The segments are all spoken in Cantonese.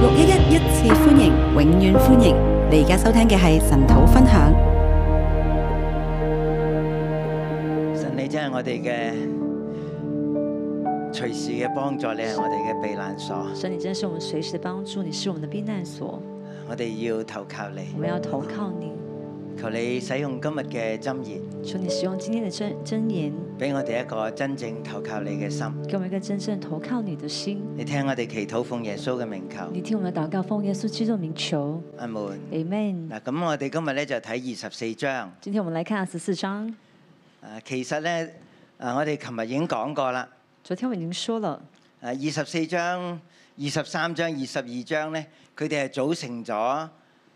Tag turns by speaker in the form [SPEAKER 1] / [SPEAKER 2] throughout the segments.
[SPEAKER 1] 六一一一次歡迎，永遠歡迎！你而家收聽嘅係神土分享。
[SPEAKER 2] 神你真係我哋嘅隨時嘅幫助，你係我哋嘅避難所，
[SPEAKER 3] 神，你真是我们随时的帮助，你是我们的避难所，
[SPEAKER 2] 我哋要投靠你
[SPEAKER 3] 我。们要投靠你。
[SPEAKER 2] 求你使用今日嘅箴言，
[SPEAKER 3] 求你使用今天的真真言，
[SPEAKER 2] 俾我哋一個真正投靠你嘅心。
[SPEAKER 3] 给我们一个真正投靠你的心。
[SPEAKER 2] 你聽我哋祈禱奉耶穌嘅名求，
[SPEAKER 3] 你听我们的祷告，奉耶稣基督的名求
[SPEAKER 2] 阿門。
[SPEAKER 3] ，Amen。
[SPEAKER 2] 嗱，咁我哋今日咧就睇二十四章。
[SPEAKER 3] 今天我们来看十四章。
[SPEAKER 2] 啊，其實咧，啊，我哋琴日已經講過啦。
[SPEAKER 3] 昨天我已经说了，
[SPEAKER 2] 啊，二十四章、二十三章、二十二章咧，佢哋係組成咗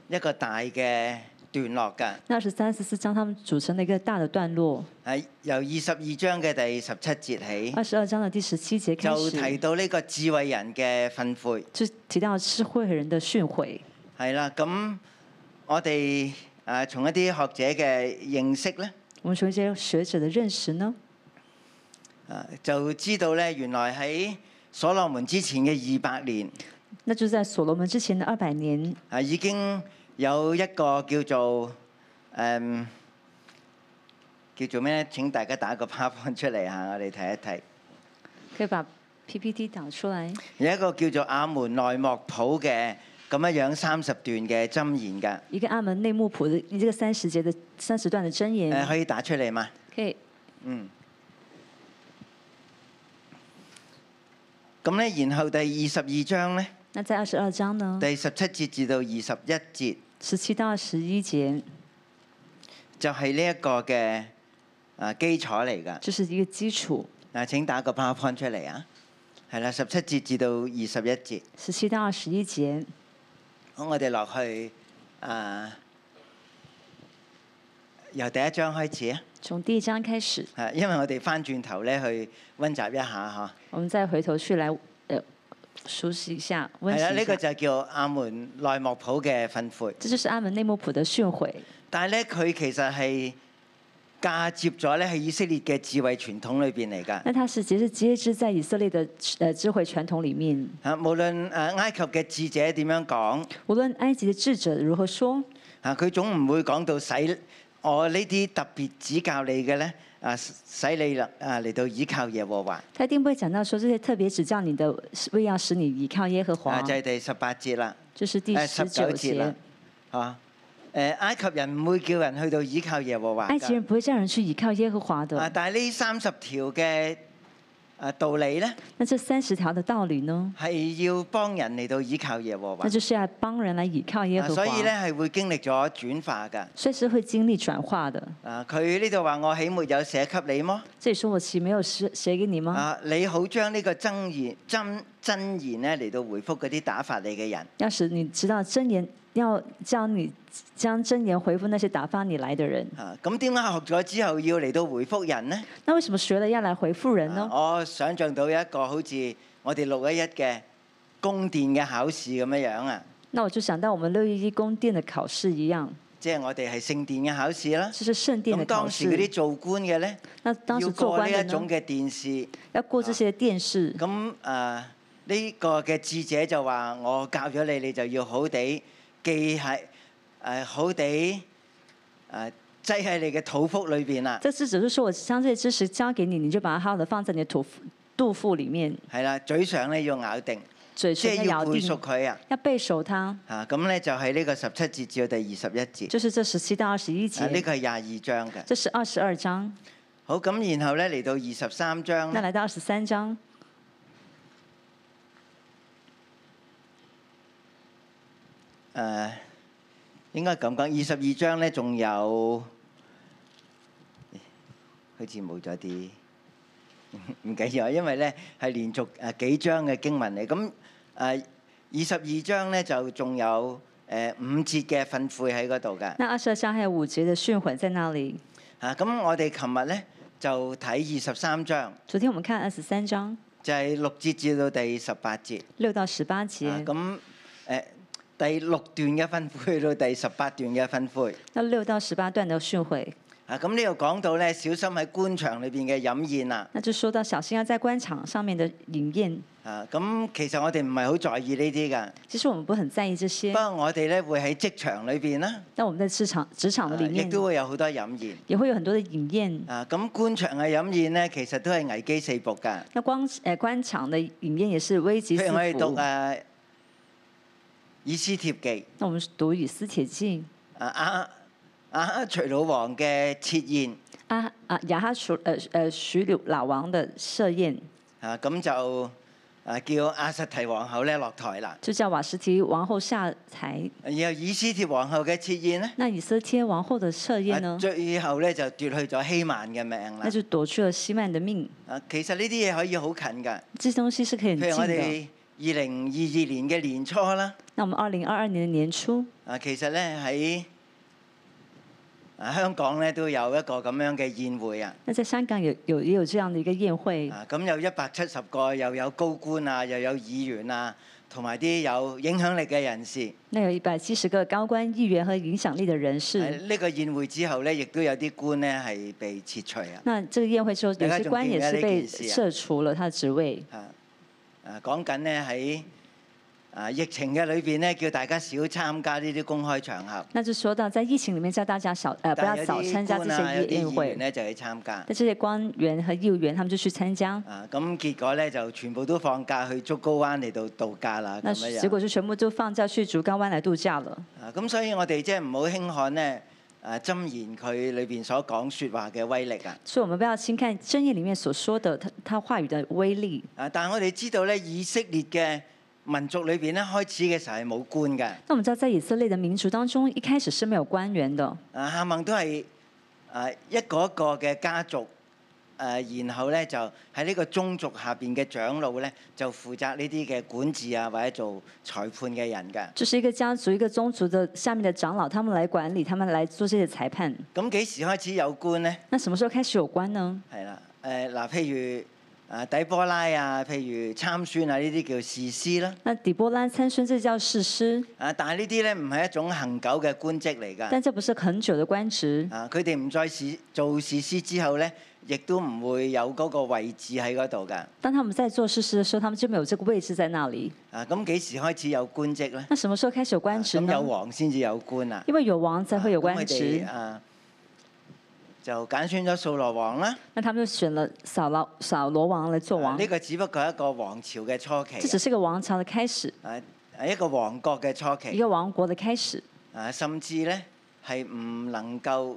[SPEAKER 2] 一個大嘅段落㗎。
[SPEAKER 3] 那十三、十四章他们组成了一个大的段落。
[SPEAKER 2] 係啊由二十二章嘅第十七節起，
[SPEAKER 3] 二十二章的第十七节开
[SPEAKER 2] 就提
[SPEAKER 3] 始，
[SPEAKER 2] 到呢個智慧人嘅訓悔。
[SPEAKER 3] 就提到智慧人的训诲。
[SPEAKER 2] 係啦，咁我哋誒從一啲學者嘅認識咧，
[SPEAKER 3] 我们从这些学者的认识呢，
[SPEAKER 2] 啊就知道咧，原來喺所羅門之前嘅二百年，
[SPEAKER 3] 那就在所罗门之前的二百年，
[SPEAKER 2] 啊已經有一個叫做誒、嗯叫做咩咧？請大家打個 PowerPoint 出嚟嚇，我哋睇一睇。
[SPEAKER 3] 可以把 PPT 打出来。
[SPEAKER 2] 有一個叫做阿門內莫普嘅咁樣樣三十段嘅箴言㗎。
[SPEAKER 3] 一个阿门内幕谱的你这个三十节的三十段的箴
[SPEAKER 2] 誒、
[SPEAKER 3] 言，
[SPEAKER 2] 呃可以打出嚟嘛？
[SPEAKER 3] 可以。
[SPEAKER 2] 嗯。咁咧，然後第二十二章咧，
[SPEAKER 3] 那在二十二章呢，
[SPEAKER 2] 第十七節至到二十一節
[SPEAKER 3] 十七到二十一节，
[SPEAKER 2] 就係呢一個嘅啊基礎嚟㗎。
[SPEAKER 3] 这是一个基础。
[SPEAKER 2] 嗱，請打個 PowerPoint 出嚟啊！係啦，十七節至到二十一節，
[SPEAKER 3] 十七到二十一节，
[SPEAKER 2] 好，我哋落去啊，由第一章開始啊，
[SPEAKER 3] 从第一章开始，
[SPEAKER 2] 啊，因為我哋翻轉頭咧去温習一下嚇。
[SPEAKER 3] 我们再回头去来呃熟悉一下，温
[SPEAKER 2] 係啦，
[SPEAKER 3] 习
[SPEAKER 2] 呢
[SPEAKER 3] 一
[SPEAKER 2] 個
[SPEAKER 3] 下。
[SPEAKER 2] 就叫阿門內莫普嘅訓悔。
[SPEAKER 3] 这就是阿门内幕谱的训诲，
[SPEAKER 2] 但係咧，佢其實係嫁接咗咧喺以色列嘅智慧傳統裏邊嚟㗎。
[SPEAKER 3] 那它是其实接之在以色列的呃智慧传统里面，
[SPEAKER 2] 啊，無論誒埃及嘅智者點樣講，
[SPEAKER 3] 无论埃及的智者如何说，
[SPEAKER 2] 啊，佢總唔會講到使我呢啲特別指教你嘅咧，啊，使你啦啊嚟到倚靠耶和華。
[SPEAKER 3] 他一定不会讲到说这些特别指教你的，为要使你依靠耶和华
[SPEAKER 2] 啊，。就係第十八節啦，
[SPEAKER 3] 这是第
[SPEAKER 2] 誒
[SPEAKER 3] 十
[SPEAKER 2] 十
[SPEAKER 3] 九
[SPEAKER 2] 九節
[SPEAKER 3] 节
[SPEAKER 2] 啦。，啊，誒埃及人唔會叫人去到倚靠耶和華㗎。
[SPEAKER 3] 埃及人不会叫人去倚靠耶和华
[SPEAKER 2] 啊，
[SPEAKER 3] 的。
[SPEAKER 2] 但係呢三十條嘅啊道理咧，
[SPEAKER 3] 那这三十条的道理呢？
[SPEAKER 2] 係要幫人嚟到倚靠耶和華
[SPEAKER 3] 那。就是要帮人来倚靠耶
[SPEAKER 2] 啊
[SPEAKER 3] 和华
[SPEAKER 2] 所，以咧係會經歷咗轉化㗎。
[SPEAKER 3] 所以是会经历转化的。
[SPEAKER 2] 啊，佢呢度話我豈沒有寫給你麼？
[SPEAKER 3] 这里说我岂没有写写给你吗？
[SPEAKER 2] 啊，你好將呢個真言真真言咧嚟到回覆嗰啲打發你嘅人。
[SPEAKER 3] 要使你知道真言，要叫你将真言回复那些打发你来的人。
[SPEAKER 2] 啊，咁點解學咗之後要嚟到回覆人呢？
[SPEAKER 3] 那为什么学了要来回复人
[SPEAKER 2] 啊
[SPEAKER 3] 呢？
[SPEAKER 2] 我想像到有一個好似我哋六一一嘅宮殿嘅考試咁樣樣啊，
[SPEAKER 3] 那我就想到我们六一一宫殿的考试一样，
[SPEAKER 2] 即係我哋係聖殿嘅考試啦。
[SPEAKER 3] 就是圣殿
[SPEAKER 2] 咁
[SPEAKER 3] 的考
[SPEAKER 2] 當時嗰
[SPEAKER 3] 试
[SPEAKER 2] 啲。做官嘅咧，
[SPEAKER 3] 那当
[SPEAKER 2] 要
[SPEAKER 3] 时做
[SPEAKER 2] 過呢
[SPEAKER 3] 官的
[SPEAKER 2] 一種
[SPEAKER 3] 呢，
[SPEAKER 2] 嘅電視。
[SPEAKER 3] 要过这些殿试。
[SPEAKER 2] 咁誒呢個嘅智者就話：我教咗你，你就要好地記喺誒、呃好地誒擠喺你嘅肚腹裏邊啊啦。
[SPEAKER 3] 这智者就说：“我将这些知识交给你，你就把它好好的放在你的肚腹肚腹里面，
[SPEAKER 2] 係啦，嘴上咧要咬定，
[SPEAKER 3] 嘴
[SPEAKER 2] 即係
[SPEAKER 3] 唇要
[SPEAKER 2] 要
[SPEAKER 3] 咬
[SPEAKER 2] 背
[SPEAKER 3] 定，
[SPEAKER 2] 熟佢啊！
[SPEAKER 3] 要背熟它。
[SPEAKER 2] 嚇咁咧就係呢個十七節至到第二十一節，啊
[SPEAKER 3] 就是这十七到二十一节，
[SPEAKER 2] 啊呢個係廿二章嘅。
[SPEAKER 3] 这是二十二章。
[SPEAKER 2] 好咁，然後咧嚟到二十三章咧，
[SPEAKER 3] 那来到二十三章，
[SPEAKER 2] 誒應該咁講，二十二章咧仲有，好似冇咗啲， 唔緊要，啊因為咧係連續誒幾呃章嘅經文嚟。咁誒二十二章咧就仲有誒五節嘅訓悔喺嗰度㗎。
[SPEAKER 3] 那二十二章还有五节的训诲在那里。
[SPEAKER 2] 啊，咁我哋琴日咧就睇二十三章，
[SPEAKER 3] 昨天我们看二十三章
[SPEAKER 2] 就係、六節至到第十八節。
[SPEAKER 3] 六到十八节，
[SPEAKER 2] 啊，咁呃誒、第六段嘅分配去到第十八段嘅分配。
[SPEAKER 3] 那六到十八段的训诲，
[SPEAKER 2] 啊，咁呢度講到咧，小心喺官場裏邊嘅飲宴啊啦。
[SPEAKER 3] 那就说到小心要在官场上面的饮宴，
[SPEAKER 2] 啊，咁其實我哋唔係好在意呢啲噶，
[SPEAKER 3] 其实我们不很在意这些
[SPEAKER 2] 不，過我哋咧會喺職場裏邊啦，
[SPEAKER 3] 但我们在职场职场的
[SPEAKER 2] 啊
[SPEAKER 3] 里
[SPEAKER 2] 亦
[SPEAKER 3] 面
[SPEAKER 2] 都會有好多飲宴。
[SPEAKER 3] 也会有很多的饮宴。
[SPEAKER 2] 啊，咁官場嘅飲宴咧，其實都係危機四伏㗎。
[SPEAKER 3] 那光呃官场的饮宴也是危及四
[SPEAKER 2] 譬如我哋讀
[SPEAKER 3] 伏。
[SPEAKER 2] 啊《以斯帖記》，
[SPEAKER 3] 那我们读《以斯帖记
[SPEAKER 2] 啊啊啊徐老王嘅設宴，》
[SPEAKER 3] 啊啊雅哈楚呃呃徐柳老王的设宴，
[SPEAKER 2] 啊咁就啊叫阿實提皇后咧落台啦。
[SPEAKER 3] 就叫瓦什提王后下台。
[SPEAKER 2] 然後以斯帖皇后嘅設宴咧，
[SPEAKER 3] 那以色帖王后的设宴
[SPEAKER 2] 啊
[SPEAKER 3] 呢，
[SPEAKER 2] 最後咧就奪去咗希曼嘅命啦
[SPEAKER 3] 那。就夺去了希曼的命。
[SPEAKER 2] 啊，其實呢啲嘢可以好近㗎。
[SPEAKER 3] 这些东西是可以很
[SPEAKER 2] 譬
[SPEAKER 3] 近
[SPEAKER 2] 如我
[SPEAKER 3] 的。
[SPEAKER 2] 哋二零二二年嘅年初啦，
[SPEAKER 3] 那我们二零二二年的年初，
[SPEAKER 2] 啊，其實咧喺啊香港咧都有一個咁樣嘅宴會啊，
[SPEAKER 3] 那在香港有有也有这样的一个宴会，
[SPEAKER 2] 啊咁有一百七十個，又有高官啊，又有議員啊，同埋啲有影響力嘅人士。
[SPEAKER 3] 那有一百七十个高官、议员和影响力的人
[SPEAKER 2] 喺
[SPEAKER 3] 士。
[SPEAKER 2] 呢個宴會之後咧，亦都有啲官咧係被撤除啊。
[SPEAKER 3] 那这个宴会之后，
[SPEAKER 2] 大
[SPEAKER 3] 有
[SPEAKER 2] 家
[SPEAKER 3] 些官也
[SPEAKER 2] 仲
[SPEAKER 3] 是
[SPEAKER 2] 記唔記得呢
[SPEAKER 3] 被
[SPEAKER 2] 件事啊
[SPEAKER 3] 撤除了他的职位。
[SPEAKER 2] 啊啊講緊咧喺啊疫情嘅裏邊咧，叫大家少參加呢啲公開場合，
[SPEAKER 3] 那就说到在疫情里面叫大家少呃不
[SPEAKER 2] 但
[SPEAKER 3] 要
[SPEAKER 2] 係有
[SPEAKER 3] 少参
[SPEAKER 2] 啲
[SPEAKER 3] 加这
[SPEAKER 2] 官啊，有
[SPEAKER 3] 些
[SPEAKER 2] 啲
[SPEAKER 3] 宴
[SPEAKER 2] 議員
[SPEAKER 3] 会。
[SPEAKER 2] 咧就去參加。
[SPEAKER 3] 那这些官员和议员他们就去参加，
[SPEAKER 2] 啊，咁結果咧就全部都放假去竹篙灣嚟到度假啦，
[SPEAKER 3] 那
[SPEAKER 2] 咁樣
[SPEAKER 3] 结
[SPEAKER 2] 樣。
[SPEAKER 3] 果就全部就放假去竹篙湾来度假了。
[SPEAKER 2] 啊，咁所以我哋即係唔好輕看咧，啊，箴言佢裏邊所講説話嘅威力啊。
[SPEAKER 3] 所以我们不要轻看箴言里面所说的他他话语的威力。
[SPEAKER 2] 啊，但係我哋知道咧，以色列嘅民族裏邊咧，開始嘅時候係冇官嘅。
[SPEAKER 3] 那我们知道，在以色列的民族当中，一开始是没有官员的，
[SPEAKER 2] 啊，夏孟都係啊一個一個嘅家族。誒、然後咧就喺呢個宗族下邊嘅長老咧，就負責呢啲嘅管治啊，或者做裁判嘅人㗎。
[SPEAKER 3] 就是一个家族、一个宗族的下面的长老，他们来管理，他们来做这些裁判。
[SPEAKER 2] 咁幾時開始有官咧？
[SPEAKER 3] 那什么时候开始有官呢？
[SPEAKER 2] 係啦，誒、嗱，譬如啊底波拉啊，譬如參孫啊，呢啲叫士師啦。
[SPEAKER 3] 那底波拉参孙这叫士师，
[SPEAKER 2] 啊，但係呢啲咧唔係一種恒久嘅官職嚟㗎。
[SPEAKER 3] 但这不是很久的官职。
[SPEAKER 2] 啊，佢哋唔再士做士師之後咧，亦都唔會有嗰個位置喺嗰度㗎。
[SPEAKER 3] 当他们在做士师的时候，他们就没有这个位置在那里。
[SPEAKER 2] 啊，咁幾時開始有官職咧？
[SPEAKER 3] 那什么时候开始有官职
[SPEAKER 2] 咁
[SPEAKER 3] 呢
[SPEAKER 2] 啊有？王先至有官啊。
[SPEAKER 3] 因为有王才会有
[SPEAKER 2] 咁
[SPEAKER 3] 官
[SPEAKER 2] 佢
[SPEAKER 3] 职
[SPEAKER 2] 哋。啊，就揀選咗掃羅王啦。
[SPEAKER 3] 那他们就选了扫罗扫罗王来做
[SPEAKER 2] 啊呢、
[SPEAKER 3] 王，
[SPEAKER 2] 個只不過係一個王朝嘅初
[SPEAKER 3] 这只
[SPEAKER 2] 期，
[SPEAKER 3] 是一个王朝的开始，
[SPEAKER 2] 啊，係一個王國嘅初期
[SPEAKER 3] 一。个王国的开始，
[SPEAKER 2] 啊，甚至咧係唔能夠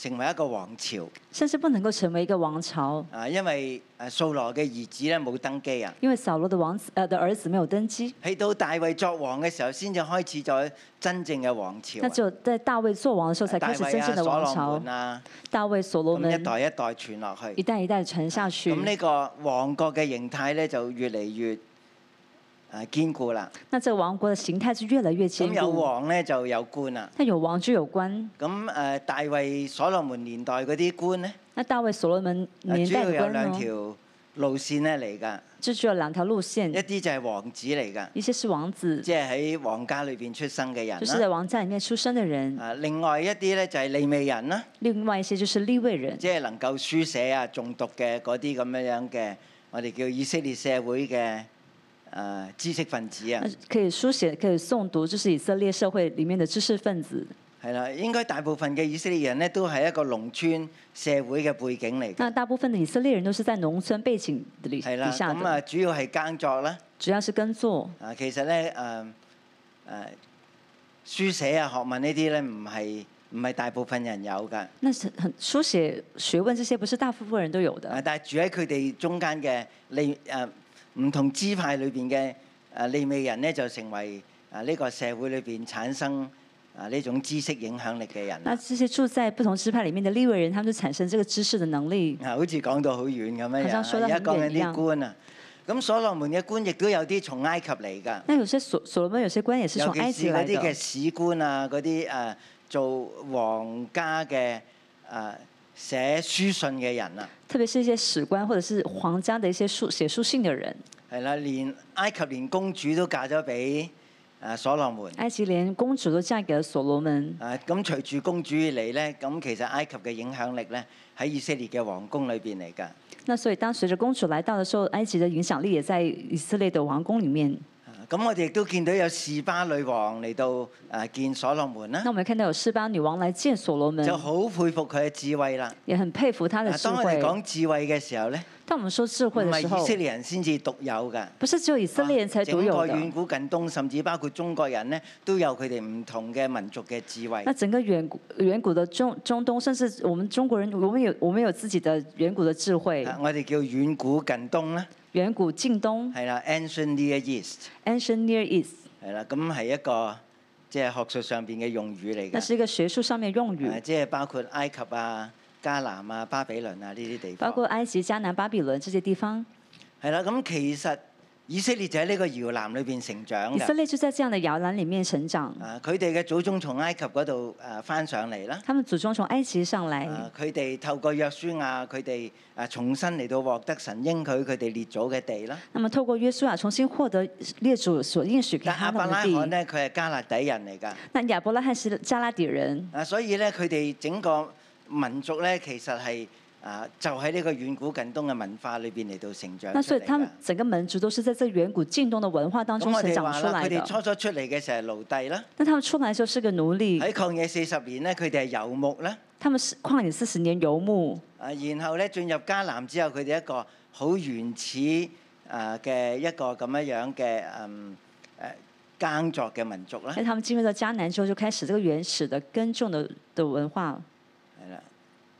[SPEAKER 2] 成為一個王朝
[SPEAKER 3] 甚至不能够成为一个王朝，
[SPEAKER 2] 啊，因為誒掃羅嘅兒子咧冇登基啊。
[SPEAKER 3] 因为扫罗的王子呃的儿子没有登基，
[SPEAKER 2] 喺到大衛作王嘅時候，先至開始咗真正嘅王朝啊。
[SPEAKER 3] 那只有在大卫做王的时候才
[SPEAKER 2] 大
[SPEAKER 3] 开始真
[SPEAKER 2] 衛啊，
[SPEAKER 3] 正的
[SPEAKER 2] 所
[SPEAKER 3] 王
[SPEAKER 2] 羅
[SPEAKER 3] 朝
[SPEAKER 2] 門。啊，
[SPEAKER 3] 大卫、所罗
[SPEAKER 2] 咁
[SPEAKER 3] 门
[SPEAKER 2] 一代啊一代傳落
[SPEAKER 3] 一
[SPEAKER 2] 去。
[SPEAKER 3] 代一代传下去
[SPEAKER 2] 咁，呢個王國嘅形態咧就越嚟越誒堅固啦。
[SPEAKER 3] 那这个王国的形态就越来越
[SPEAKER 2] 咁
[SPEAKER 3] 坚
[SPEAKER 2] 有
[SPEAKER 3] 固。
[SPEAKER 2] 王咧就有官啦。
[SPEAKER 3] 那有王就有官，
[SPEAKER 2] 咁誒、大衛所羅門年代嗰啲官咧，
[SPEAKER 3] 那大卫、所罗门
[SPEAKER 2] 啊
[SPEAKER 3] 年
[SPEAKER 2] 主
[SPEAKER 3] 代
[SPEAKER 2] 要
[SPEAKER 3] 的
[SPEAKER 2] 有
[SPEAKER 3] 官
[SPEAKER 2] 兩
[SPEAKER 3] 呢，
[SPEAKER 2] 條路線咧嚟㗎。
[SPEAKER 3] 就只有两条路
[SPEAKER 2] 一
[SPEAKER 3] 线，
[SPEAKER 2] 啲就係王子嚟㗎，
[SPEAKER 3] 一些是王子，
[SPEAKER 2] 即係喺皇家裏邊出生嘅人
[SPEAKER 3] 就是在
[SPEAKER 2] 啦。
[SPEAKER 3] 王家里面出生的人；
[SPEAKER 2] 啊，另外一啲咧就係利未人啦，
[SPEAKER 3] 另外一些就是立位人，
[SPEAKER 2] 即係能夠書寫啊、重讀嘅嗰啲咁樣樣嘅，我哋叫以色列社會嘅誒知識分子啊
[SPEAKER 3] 那，可以书写，可以诵读，就是以色列社会里面的知识分子。
[SPEAKER 2] 係啦，應該大部分嘅以色列人咧都係一個農村社會嘅背景嚟㗎，
[SPEAKER 3] 那大部分的以色列人都是在农村背景底
[SPEAKER 2] 係啦，
[SPEAKER 3] 底下
[SPEAKER 2] 咁
[SPEAKER 3] 的，
[SPEAKER 2] 啊主要係耕作啦，
[SPEAKER 3] 主要是耕作。
[SPEAKER 2] 啊其實咧誒誒書寫啊、學問呢啲咧唔係唔係大部分人有㗎。
[SPEAKER 3] 那是很书写学问这些不是大部分人都有
[SPEAKER 2] 啊！
[SPEAKER 3] 的，
[SPEAKER 2] 但係住喺佢哋中間嘅利誒唔同支派裏邊嘅誒利未人咧，就成為啊呢個社會裏邊產生啊呢種知識影響力嘅人
[SPEAKER 3] 那
[SPEAKER 2] 啦。
[SPEAKER 3] 这些住在不同支派里面的立位人，他们就产生这个知识的能力。
[SPEAKER 2] 啊，好似講到好遠咁樣
[SPEAKER 3] 好
[SPEAKER 2] 樣
[SPEAKER 3] 像
[SPEAKER 2] 啊，
[SPEAKER 3] 說得
[SPEAKER 2] 而家
[SPEAKER 3] 很
[SPEAKER 2] 講緊
[SPEAKER 3] 遠一樣
[SPEAKER 2] 啲官啊。咁所羅門嘅官亦都有啲從埃及嚟㗎，
[SPEAKER 3] 那有些所所罗门有些官也是从
[SPEAKER 2] 尤
[SPEAKER 3] 埃
[SPEAKER 2] 其是
[SPEAKER 3] 及
[SPEAKER 2] 嗰
[SPEAKER 3] 来
[SPEAKER 2] 啲嘅
[SPEAKER 3] 的，
[SPEAKER 2] 史官啊，嗰啲誒做皇家嘅誒寫書信嘅人啊，
[SPEAKER 3] 特别是一些史官或者是皇家的一些书写书信的人。
[SPEAKER 2] 係啦，連埃及連公主都嫁咗俾啊所羅門。
[SPEAKER 3] 埃及连公主都嫁给了所罗门。
[SPEAKER 2] 啊，咁隨住公主嚟呢，咁其實埃及嘅影響力呢，喺以色列嘅皇宮裏邊嚟㗎。
[SPEAKER 3] 那所以当随着公主来到的时候，埃及的影响力也在以色列的王宫里面。
[SPEAKER 2] 啊咁我哋亦都見到有士巴女王嚟到啊見所羅門啦
[SPEAKER 3] 那，我们看到有示巴女王来见所罗门
[SPEAKER 2] 就，好佩服佢嘅智慧啦。
[SPEAKER 3] 也很佩服他的
[SPEAKER 2] 啊
[SPEAKER 3] 智
[SPEAKER 2] 當我哋
[SPEAKER 3] 慧。
[SPEAKER 2] 講智慧嘅時候呢，
[SPEAKER 3] 当我们说智
[SPEAKER 2] 唔
[SPEAKER 3] 慧的时
[SPEAKER 2] 係以
[SPEAKER 3] 候
[SPEAKER 2] 色，列人先至獨有㗎。啊
[SPEAKER 3] 不是只有以色列人才独有
[SPEAKER 2] 整個遠
[SPEAKER 3] 的。
[SPEAKER 2] 古近東，甚至包括中國人呢，都有佢哋唔同嘅民族嘅智慧
[SPEAKER 3] 那。整个远古远古的中中东，甚至我们中国人，我们有我们有自己的远古的智慧，
[SPEAKER 2] 啊我哋叫遠古近東啦，
[SPEAKER 3] 远古近东
[SPEAKER 2] 係啦，Ancient Near East，
[SPEAKER 3] （Ancient Near East），
[SPEAKER 2] 係啦，咁係一個即係學術上邊嘅用語嚟
[SPEAKER 3] 那
[SPEAKER 2] 㗎。
[SPEAKER 3] 是一个学术上面用语
[SPEAKER 2] 啊，即係包括埃及啊、迦南啊、巴比倫啊呢啲地
[SPEAKER 3] 包
[SPEAKER 2] 方。
[SPEAKER 3] 括埃及、迦南、巴比伦这些地方。
[SPEAKER 2] 係啦，咁其實以色列就喺呢個搖籃裏邊成長
[SPEAKER 3] 以
[SPEAKER 2] 㗎。
[SPEAKER 3] 色列就在这样的摇篮里面成长，
[SPEAKER 2] 啊，佢哋嘅祖宗從埃及嗰度誒翻上嚟啦。
[SPEAKER 3] 他们祖宗从埃及上来，
[SPEAKER 2] 啊！佢哋透過約書亞，佢哋啊重新嚟到獲得神應許佢哋列祖嘅地啦。
[SPEAKER 3] 那么透过约书亚重新获得列祖所应许给
[SPEAKER 2] 但
[SPEAKER 3] 他
[SPEAKER 2] 阿伯
[SPEAKER 3] 们
[SPEAKER 2] 拉
[SPEAKER 3] 的
[SPEAKER 2] 罕
[SPEAKER 3] 地。
[SPEAKER 2] 咧，佢係加勒底人嚟㗎。
[SPEAKER 3] 那亚伯拉罕是加拉底人，
[SPEAKER 2] 啊，所以咧佢哋整個民族咧，其實係啊就喺呢個遠古近東嘅文化裏邊嚟到成長
[SPEAKER 3] 那
[SPEAKER 2] 出
[SPEAKER 3] 所以
[SPEAKER 2] 嚟
[SPEAKER 3] 他
[SPEAKER 2] 㗎
[SPEAKER 3] 们。整个民族都是在这远古近东的文化当
[SPEAKER 2] 咁
[SPEAKER 3] 中
[SPEAKER 2] 我
[SPEAKER 3] 成
[SPEAKER 2] 哋
[SPEAKER 3] 长
[SPEAKER 2] 話
[SPEAKER 3] 出
[SPEAKER 2] 啦，
[SPEAKER 3] 来
[SPEAKER 2] 佢哋初
[SPEAKER 3] 的。
[SPEAKER 2] 初出嚟嘅時候係奴隸啦，
[SPEAKER 3] 那他们出来就是个奴隶，
[SPEAKER 2] 喺曠野四十年咧，佢哋係遊牧啦。
[SPEAKER 3] 他们是旷野四十年游牧，
[SPEAKER 2] 啊，然後咧進入迦南之後，佢哋一個好原始啊嘅一個咁樣樣嘅嗯誒耕作嘅民族啦
[SPEAKER 3] 那。他们进入到迦南之后，就開始這個原始的耕種的的文化。
[SPEAKER 2] 係啦，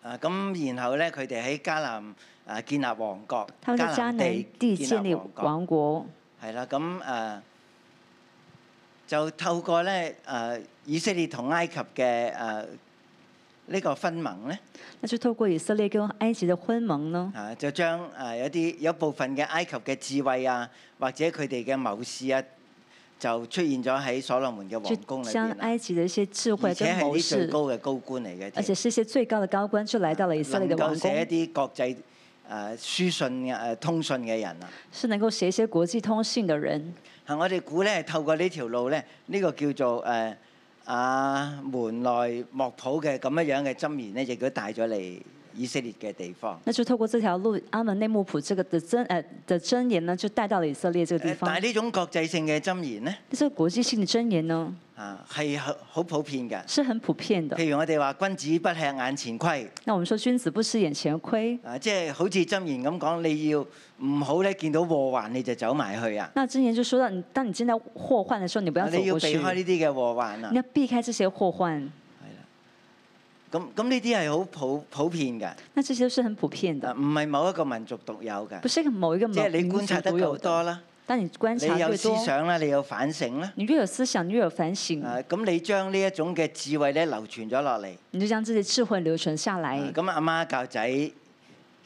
[SPEAKER 2] 啊咁然後咧，佢哋喺迦南啊建立王國，
[SPEAKER 3] 他們在迦南地建立
[SPEAKER 2] 王國，
[SPEAKER 3] 王國，
[SPEAKER 2] 係啦，咁誒就透過咧誒以色列同埃及嘅誒呢個分盟咧，
[SPEAKER 3] 那就透過以色列跟埃及的婚盟呢，
[SPEAKER 2] 啊就將誒有啲有部分嘅埃及嘅智慧啊，或者佢哋嘅謀士啊，就出現咗喺所羅門嘅皇
[SPEAKER 3] 就
[SPEAKER 2] 宮裏
[SPEAKER 3] 將
[SPEAKER 2] 邊啦，啊
[SPEAKER 3] 埃及的一些智慧
[SPEAKER 2] 而
[SPEAKER 3] 跟
[SPEAKER 2] 且係
[SPEAKER 3] 謀
[SPEAKER 2] 啲最
[SPEAKER 3] 士，
[SPEAKER 2] 高嘅高官嚟嘅
[SPEAKER 3] 而
[SPEAKER 2] 添，
[SPEAKER 3] 且是一些最高的高官，就來到了以色列的
[SPEAKER 2] 能
[SPEAKER 3] 王
[SPEAKER 2] 夠寫一
[SPEAKER 3] 宮，
[SPEAKER 2] 啲國際誒書信嘅誒通訊嘅人啊。
[SPEAKER 3] 是能夠寫一些國際通信的人。
[SPEAKER 2] 係啊我哋估咧，透過呢條路咧，呢、個叫做誒、呃、啊門內莫普嘅咁樣樣嘅箴言咧，亦都帶咗嚟以色列嘅地方。
[SPEAKER 3] 那就透過這條路，阿门内幕普這個的真呃的真言呢，就帶到了以色列這個地
[SPEAKER 2] 呃但
[SPEAKER 3] 方
[SPEAKER 2] 係。呢種國際性嘅箴言咧，
[SPEAKER 3] 那這個國際性的真言呢，
[SPEAKER 2] 啊係好好普遍嘅。
[SPEAKER 3] 是很普遍的。
[SPEAKER 2] 譬如我哋話君子不吃眼前虧，
[SPEAKER 3] 那我們說君子不吃眼前虧。
[SPEAKER 2] 啊即係好似箴言咁講，你要唔好咧見到禍患你就走埋去啊！
[SPEAKER 3] 那之前就說到你，當你見到禍患的時候，你不要走
[SPEAKER 2] 你要
[SPEAKER 3] 過
[SPEAKER 2] 避
[SPEAKER 3] 去，
[SPEAKER 2] 開呢啲嘅禍患啊
[SPEAKER 3] 你！要避開這些禍患。
[SPEAKER 2] 咁咁呢啲係好普普遍嘅，
[SPEAKER 3] 那這些都是很普遍
[SPEAKER 2] 啊
[SPEAKER 3] 的，
[SPEAKER 2] 唔係某一個民族獨有嘅，
[SPEAKER 3] 不是某一個
[SPEAKER 2] 即
[SPEAKER 3] 某
[SPEAKER 2] 係你
[SPEAKER 3] 民族
[SPEAKER 2] 觀察得
[SPEAKER 3] 獨有
[SPEAKER 2] 夠多
[SPEAKER 3] 的。
[SPEAKER 2] 啦。
[SPEAKER 3] 當你觀察
[SPEAKER 2] 你有
[SPEAKER 3] 越
[SPEAKER 2] 思
[SPEAKER 3] 多，
[SPEAKER 2] 想啦，你有反省啦。
[SPEAKER 3] 你越有思想，你越有反省，
[SPEAKER 2] 啊，咁你將呢一種嘅智慧咧流傳咗落嚟，
[SPEAKER 3] 你就將這些智慧留存下來。
[SPEAKER 2] 啊咁阿媽教仔，